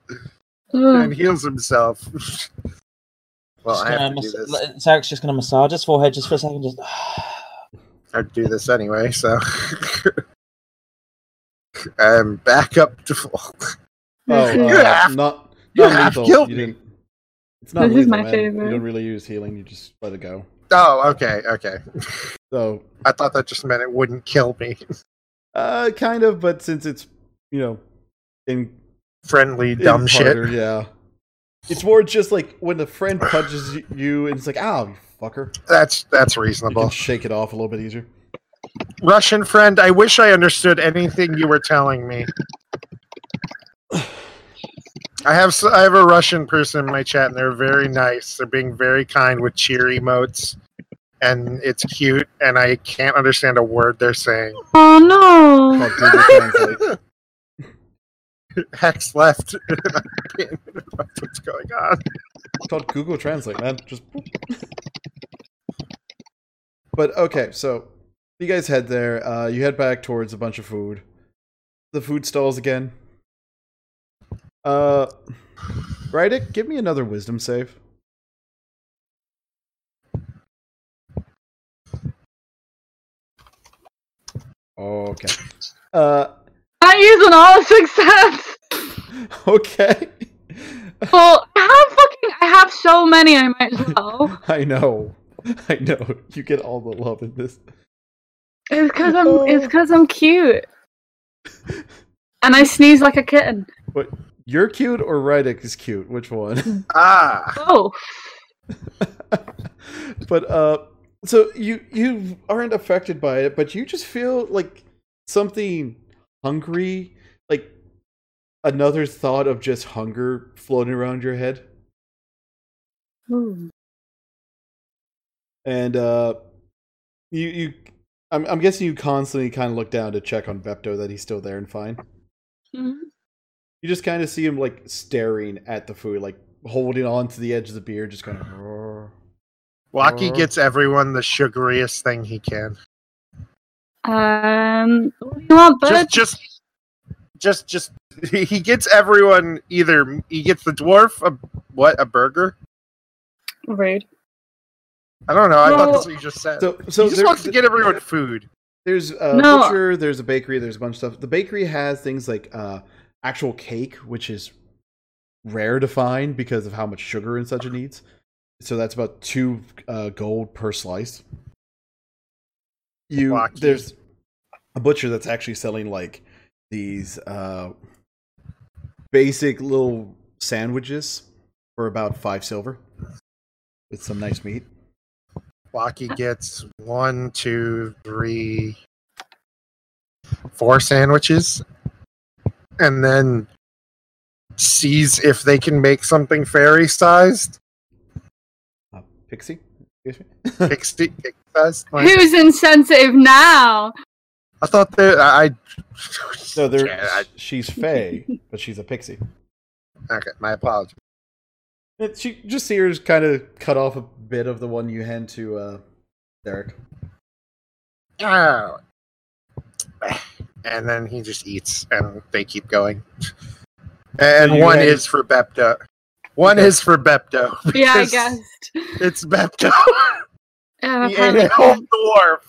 Oh,
and heals himself. well,
Just
Oh, I have
gonna
to do
mas-
this.
let- Sarek's just gonna massage his forehead just for a second. Just
I have to do this anyway, so. I'm back up to full.
Oh,
You
uh,
have-
not
you
not
have
lethal.
killed
You
me.
didn't- It's not
This
lethal.
is my
man.
favorite.
You don't really use healing. You just let it go.
Oh, okay, okay.
So,
I thought that just meant it wouldn't kill me.
uh, kind of, but since it's you know in
Friendly,
in
dumb shit.
harder, yeah. It's more just like when a friend punches y- you, and it's like, "Ow, you fucker!"
That's that's
You can
reasonable.
shake it off a little bit easier.
Russian friend, I wish I understood anything you were telling me. I have s- I have a Russian person in my chat, and they're very nice. They're being very kind with cheer emotes, and it's cute. And I can't understand a word they're saying.
Oh no!
Called Google Translate.
Hex left. What's going on?
It's called Google Translate, man. Just. but okay, so you guys head there. Uh, you head back towards a bunch of food. The food stalls again. Uh, Rydick, give me another wisdom save. Okay. Uh,
I use an auto success!
okay.
Well, I have fucking. I have so many, I might as well.
I know. I know. You get all the love in this.
It's because I'm. It's because I'm cute. And I sneeze like a kitten.
You're cute or Rydick is cute? Which one?
Ah,
Oh,
but uh so you you aren't affected by it, but you just feel like something hungry, like another thought of just hunger floating around your head.
Hmm.
Ooh.
And uh you you I'm I'm guessing you constantly kind of look down to check on Bepto that he's still there and fine.
Mhm.
You just kind of see him like staring at the food, like holding on to the edge of the beer, just kind of. Oh.
Waki gets everyone the sugariest thing he can.
um, what do you want, bud?
Just just just just he he gets everyone either he gets the dwarf a what a burger.
Rude.
I don't know. I thought
No.
that's what you just said.
So, so
he just
there-
wants to get everyone food.
There's a
No.
butcher. There's a bakery. There's a bunch of stuff. The bakery has things like uh, actual cake, which is rare to find because of how much sugar and such it needs. So that's about two uh, gold per slice. You
Lucky.
there's a butcher that's actually selling like these uh, basic little sandwiches for about five silver with some nice meat.
Blocky gets one, two, three, four sandwiches, and then sees if they can make something fairy sized.
Uh, pixie, excuse me.
Pixie pixie sized. Like,
Who's insensitive now?
I thought that I.
No, there.
Yeah, I-
she's Faye, but she's a pixie.
okay, my apologies.
It, she just see her's kind of cut off a bit of the one you hand to uh, Derek.
Oh. And then he just eats, and they keep going. And
you
one
guys-
is for Bepto. One is for Bepto.
Yeah, I
because
guessed.
It's Bepto.
Yeah,
he ate a
apparently-
whole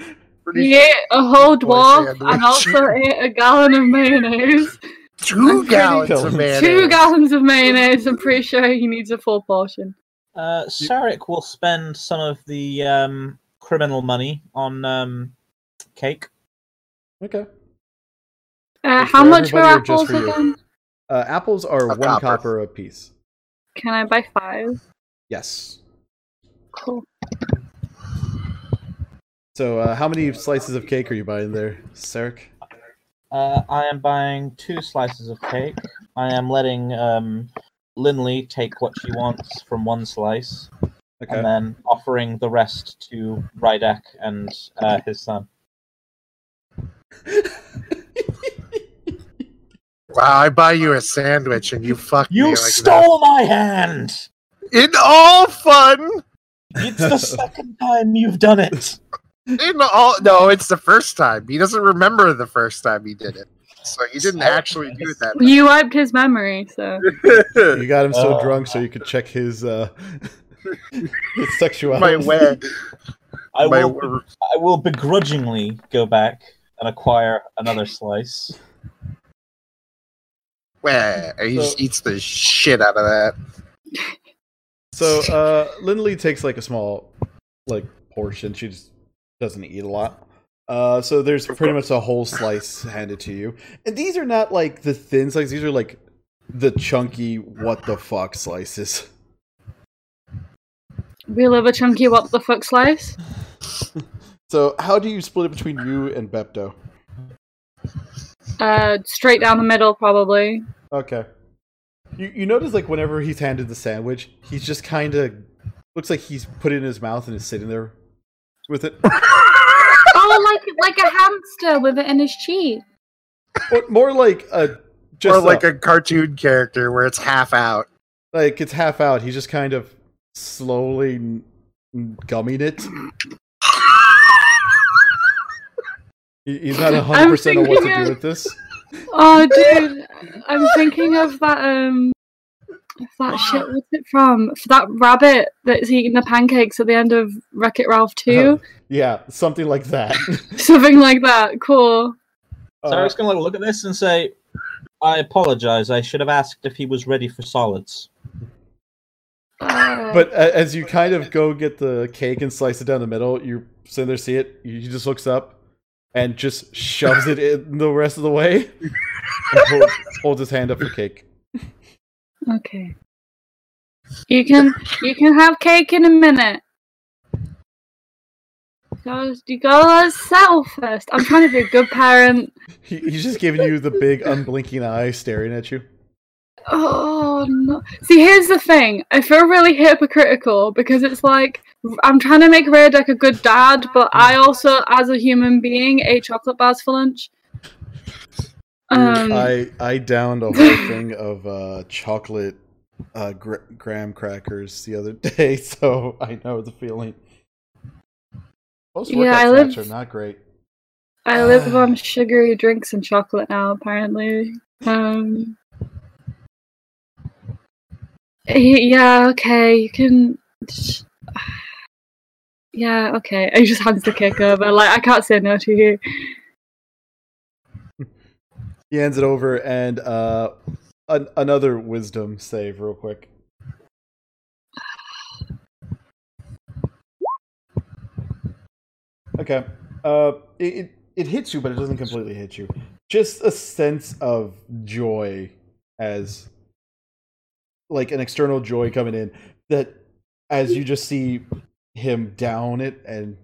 dwarf. Pretty
He ate a whole
Or
dwarf
sandwich.
and also ate a gallon of mayonnaise.
two gallons of
Two
mayonnaise.
Two gallons of mayonnaise. I'm pretty sure he needs a full portion.
Uh, Sarek will spend some of the um, criminal money on um, cake.
Okay.
Uh,
Is
how
for
much were
everybody or just
apples
for you?
again?
Uh, apples are
A
one
copper.
copper. a piece.
Can I buy five?
Yes.
Cool.
So, uh, how many slices of cake are you buying there, Sarek?
Uh, I am buying two slices of cake. I am letting um, Linley take what she wants from one slice, and then offering the rest to Rydak and uh, his son.
Wow, I buy you a sandwich and you fuck
You
me like
stole my hand.
that. In all fun,
It's the second time you've done it.
in all no, it's the first time. He doesn't remember the first time he did it, so he didn't actually do it that.
You wiped his memory, so
You got him so
Oh.
drunk so you could check his uh, his sexuality.
my way.
I
my
will,
wor-
I will begrudgingly go back and acquire another slice.
way. He just eats the shit out of that.
So uh Lindley takes like a small like portion. She just doesn't eat a lot. Uh so there's pretty much a whole slice handed to you. And these are not like the thin slices, these are like the chunky what the fuck slices.
we love a chunky what the fuck slice.
So how do you split it between you and Bepto?
Uh, straight down the middle, probably.
Okay. You you notice like whenever he's handed the sandwich, he's just kinda looks like he's put it in his mouth and is sitting there with it.
Oh, like like a hamster with it in his cheek.
Or, more like a just
or like
a
a cartoon character where it's half out.
like it's half out. He's just kind of slowly n- n- gumming it. He- He's not hundred percent on what to
thinking
do
of-
with this.
Oh, dude, I'm thinking of that um, of that shit. What's it from? F- That rabbit that's eating the pancakes at the end of Wreck It Ralph Two,
Yeah, something like that.
something like that. Cool.
So I
Uh,
was going to look at this and say, I apologize. I should have asked if he was ready for solids.
Uh,
but a- as you kind of go get the cake and slice it down the middle, you sit there, see it. He just looks up and just shoves it in the rest of the way. And hold, holds his hand up for cake.
okay, you can you can have cake in a minute. Gotta- You gotta settle first. I'm trying to be a good parent.
He, he's just giving you the big unblinking eye, staring at you.
Oh no! See, here's the thing. I feel really hypocritical because it's like I'm trying to make Radek a good dad, but I also, as a human being, ate chocolate bars for lunch. Um,
I I downed a whole thing of uh, chocolate uh, gra- graham crackers the other day, so I know the feeling. Most
Yeah,
workout
I
snacks
live-
are not great.
I live on sugary drinks and chocolate now, apparently. Um, he- yeah, okay, you can. Yeah, okay. He just hands the cake over. Like, I can't say no to you.
He hands it over and uh, an- another wisdom save, real quick. Okay. Uh, it, it it hits you, but it doesn't completely hit you. Just a sense of joy as like an external joy coming in that as you just see him down it and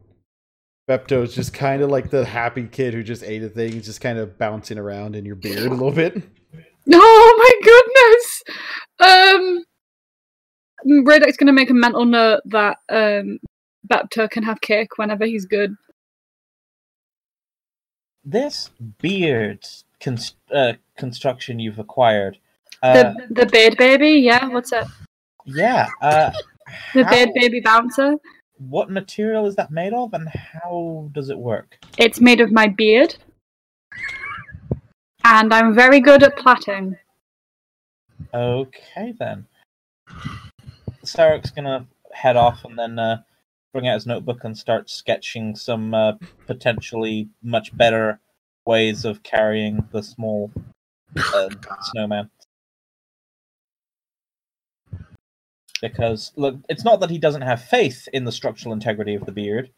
Bepto's just kind of like the happy kid who just ate a thing, he's just kind of bouncing around in your beard a little bit.
Oh my goodness! Um, Radek's gonna make a mental note that um, Bapto can have cake whenever he's good.
This beard const- uh, construction you've acquired. Uh,
The the beard baby, yeah. What's that?
yeah. Uh,
The
how-
beard baby bouncer.
What material is that made of, and how does it work?
It's made of my beard, and I'm very good at plaiting.
Okay then. Sarek's gonna head off and then uh, bring out his notebook and start sketching some uh, potentially much better ways of carrying the small uh, snowman. Because look, it's not that he doesn't have faith in the structural integrity of the beard;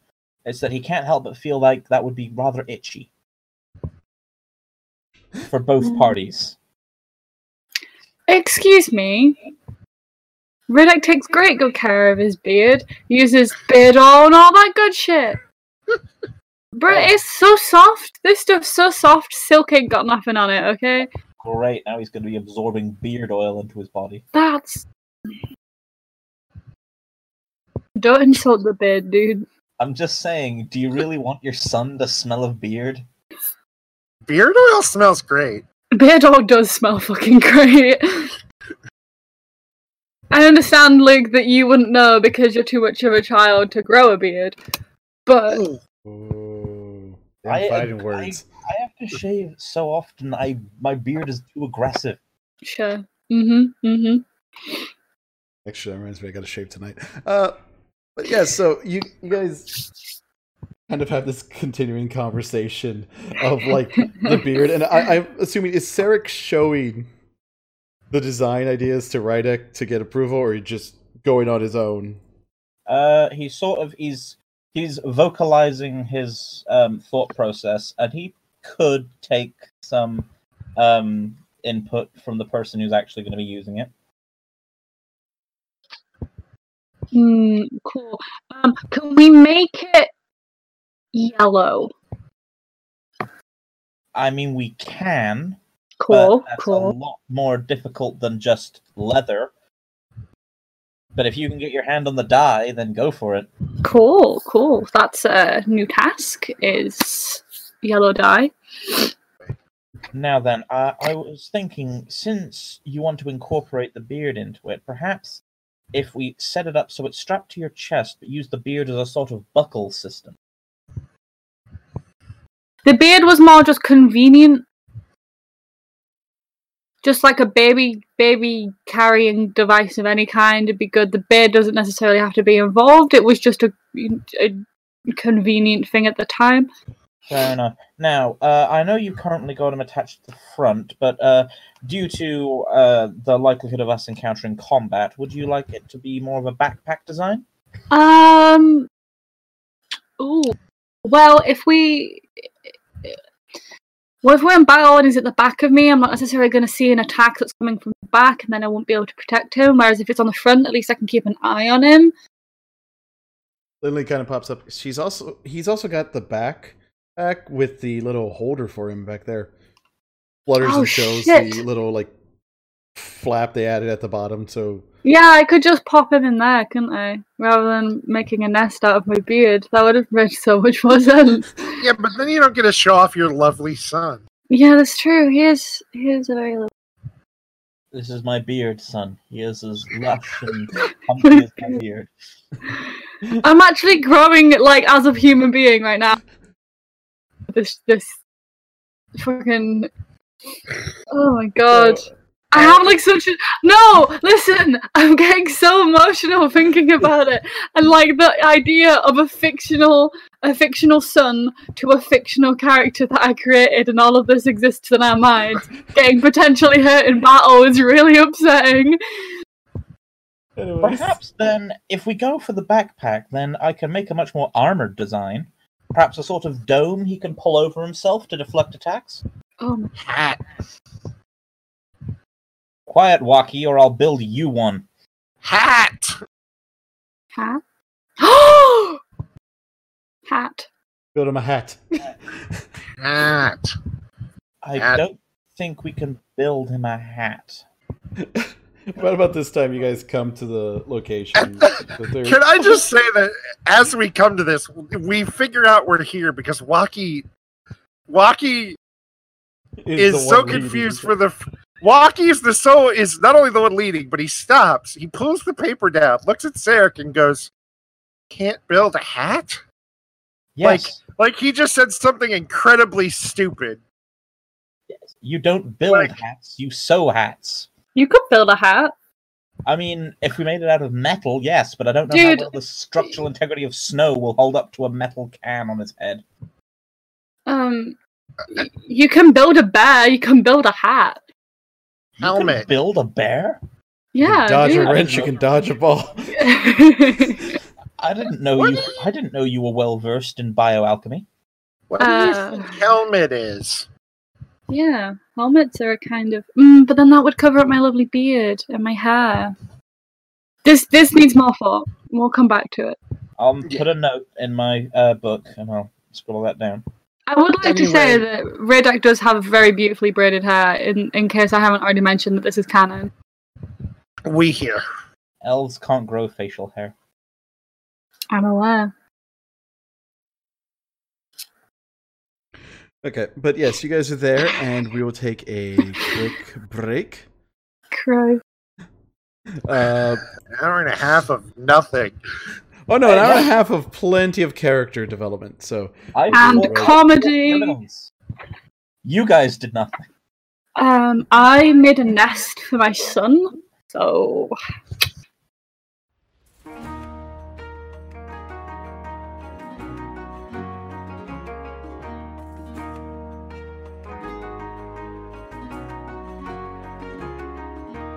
it's that he can't help but feel like that would be rather itchy for both
Mm.
parties.
Excuse me. Riddick takes great good care of his beard, uses beard oil and all that good shit. Bro, it's so soft. This stuff's so soft. Silk ain't got nothing on it, okay?
Great, now he's going to be absorbing beard oil into his body.
That's. Don't insult the beard, dude.
I'm just saying, do you really want your son to smell of beard?
Beard oil smells great.
Beard oil does smell fucking great. I understand, Luke, that you wouldn't know because you're too much of a child to grow a beard, but.
Oh.
Oh.
Ooh,
I'm I- fighting I- words. I have to shave so often. I my beard is too aggressive.
Sure. Mm-hmm. Mm-hmm.
Actually, that reminds me, I got to shave tonight. Uh, but yeah, so you you guys kind of have this continuing conversation of like the beard, and I, I'm assuming is Sarek showing the design ideas to Rydek to get approval, or he just going on his own?
Uh, he sort of he's he's vocalizing his um, thought process, and he could take some um, input from the person who's actually going to be using it.
Mm, cool. Um, can we make it yellow?
I mean, we can,
Cool.
but that's a
cool.
lot more difficult than just leather. But if you can get your hand on the dye, then go for it.
Cool. Cool. That's a new task. Is yellow dye?
Now then, uh, I was thinking, since you want to incorporate the beard into it, perhaps if we set it up so it's strapped to your chest, but use the beard as a sort of buckle system.
The beard was more just convenient. Just like a baby, baby carrying device of any kind, it'd be good. The beard doesn't necessarily have to be involved. It was just a, a convenient thing at the time.
Fair enough. Now, uh, I know you've currently got him attached to the front, but uh, due to uh, the likelihood of us encountering combat, would you like it to be more of a backpack design?
Um. Ooh. Well, if we. Well, if we're in battle and he's at the back of me, I'm not necessarily going to see an attack that's coming from the back, and then I won't be able to protect him. Whereas if it's on the front, at least I can keep an eye on him.
Lindley kind of pops up. She's also he's also got the back back with the little holder for him back there. Flutters
Oh,
and shows the
shit.
little like flap they added at the bottom, so
Yeah, I could just pop him in there, couldn't I? Rather than making a nest out of my beard, that would have made so much more sense.
Yeah, but then you don't get to show off your lovely son.
yeah, that's true. He is. He is a very. Little...
This is my beard, son. He is as lush and comfy as my beard.
I'm actually growing like as a human being right now. this this fucking. Oh my god. I have like such a no. Listen, I'm getting so emotional thinking about it, and like the idea of a fictional, a fictional son to a fictional character that I created, and all of this exists in our minds. Getting potentially hurt in battle is really upsetting.
Anyways.
Perhaps then, if we go for the backpack, then I can make a much more armored design. Perhaps a sort of dome he can pull over himself to deflect attacks.
Oh
Um,
my
Hat.
Quiet, Waki, or I'll build you one.
Hat.
hat! Oh, hat!
Build him a hat.
Hat.
I
Hat.
don't think we can build him a hat.
what about this time you guys come to the location? that they're-
Can I just say that as we come to this, we figure out we're here because Waki, Waki is,
the
so
one leading.
confused for the. f- Waki is the so is not only the one leading, but he stops. He pulls the paper down, looks at Sarek, and goes, "Can't build a hat."
Yes,
Like he just said something incredibly stupid.
you don't build
Like-
hats, you sew hats.
You could build a hat.
I mean, if we made it out of metal, yes, but I don't know
Dude.
how well the structural integrity of snow will hold up to a metal can on his head.
Um, y- you can build a bear. You can build a hat.
You Can
Helmet.
build a bear?
You can
Yeah.
dodge
dude.
a wrench, you can dodge a ball.
I didn't know
What
you.
do you-
I didn't know you were well versed in bioalchemy.
What
Uh.
do you think helmet is?
yeah, helmets are a kind of. Mm, but then that would cover up my lovely beard and my hair. This this needs more thought. We'll come back to it.
I'll
Yeah.
put a note in my uh, book and I'll scroll that down.
I would like to say
Anyway.
that Radak does have very beautifully braided hair. In in case I haven't already mentioned that this is canon.
We here.
Elves can't grow facial hair.
I'm aware.
Okay, but yes, you guys are there, and we will take a quick break.
Crow.
Uh,
An hour and a half of nothing.
oh no, an hour and a half of plenty of character development. So
I
And
feel-
comedy.
Criminals. You guys did nothing.
Um, I made a nest for my son. So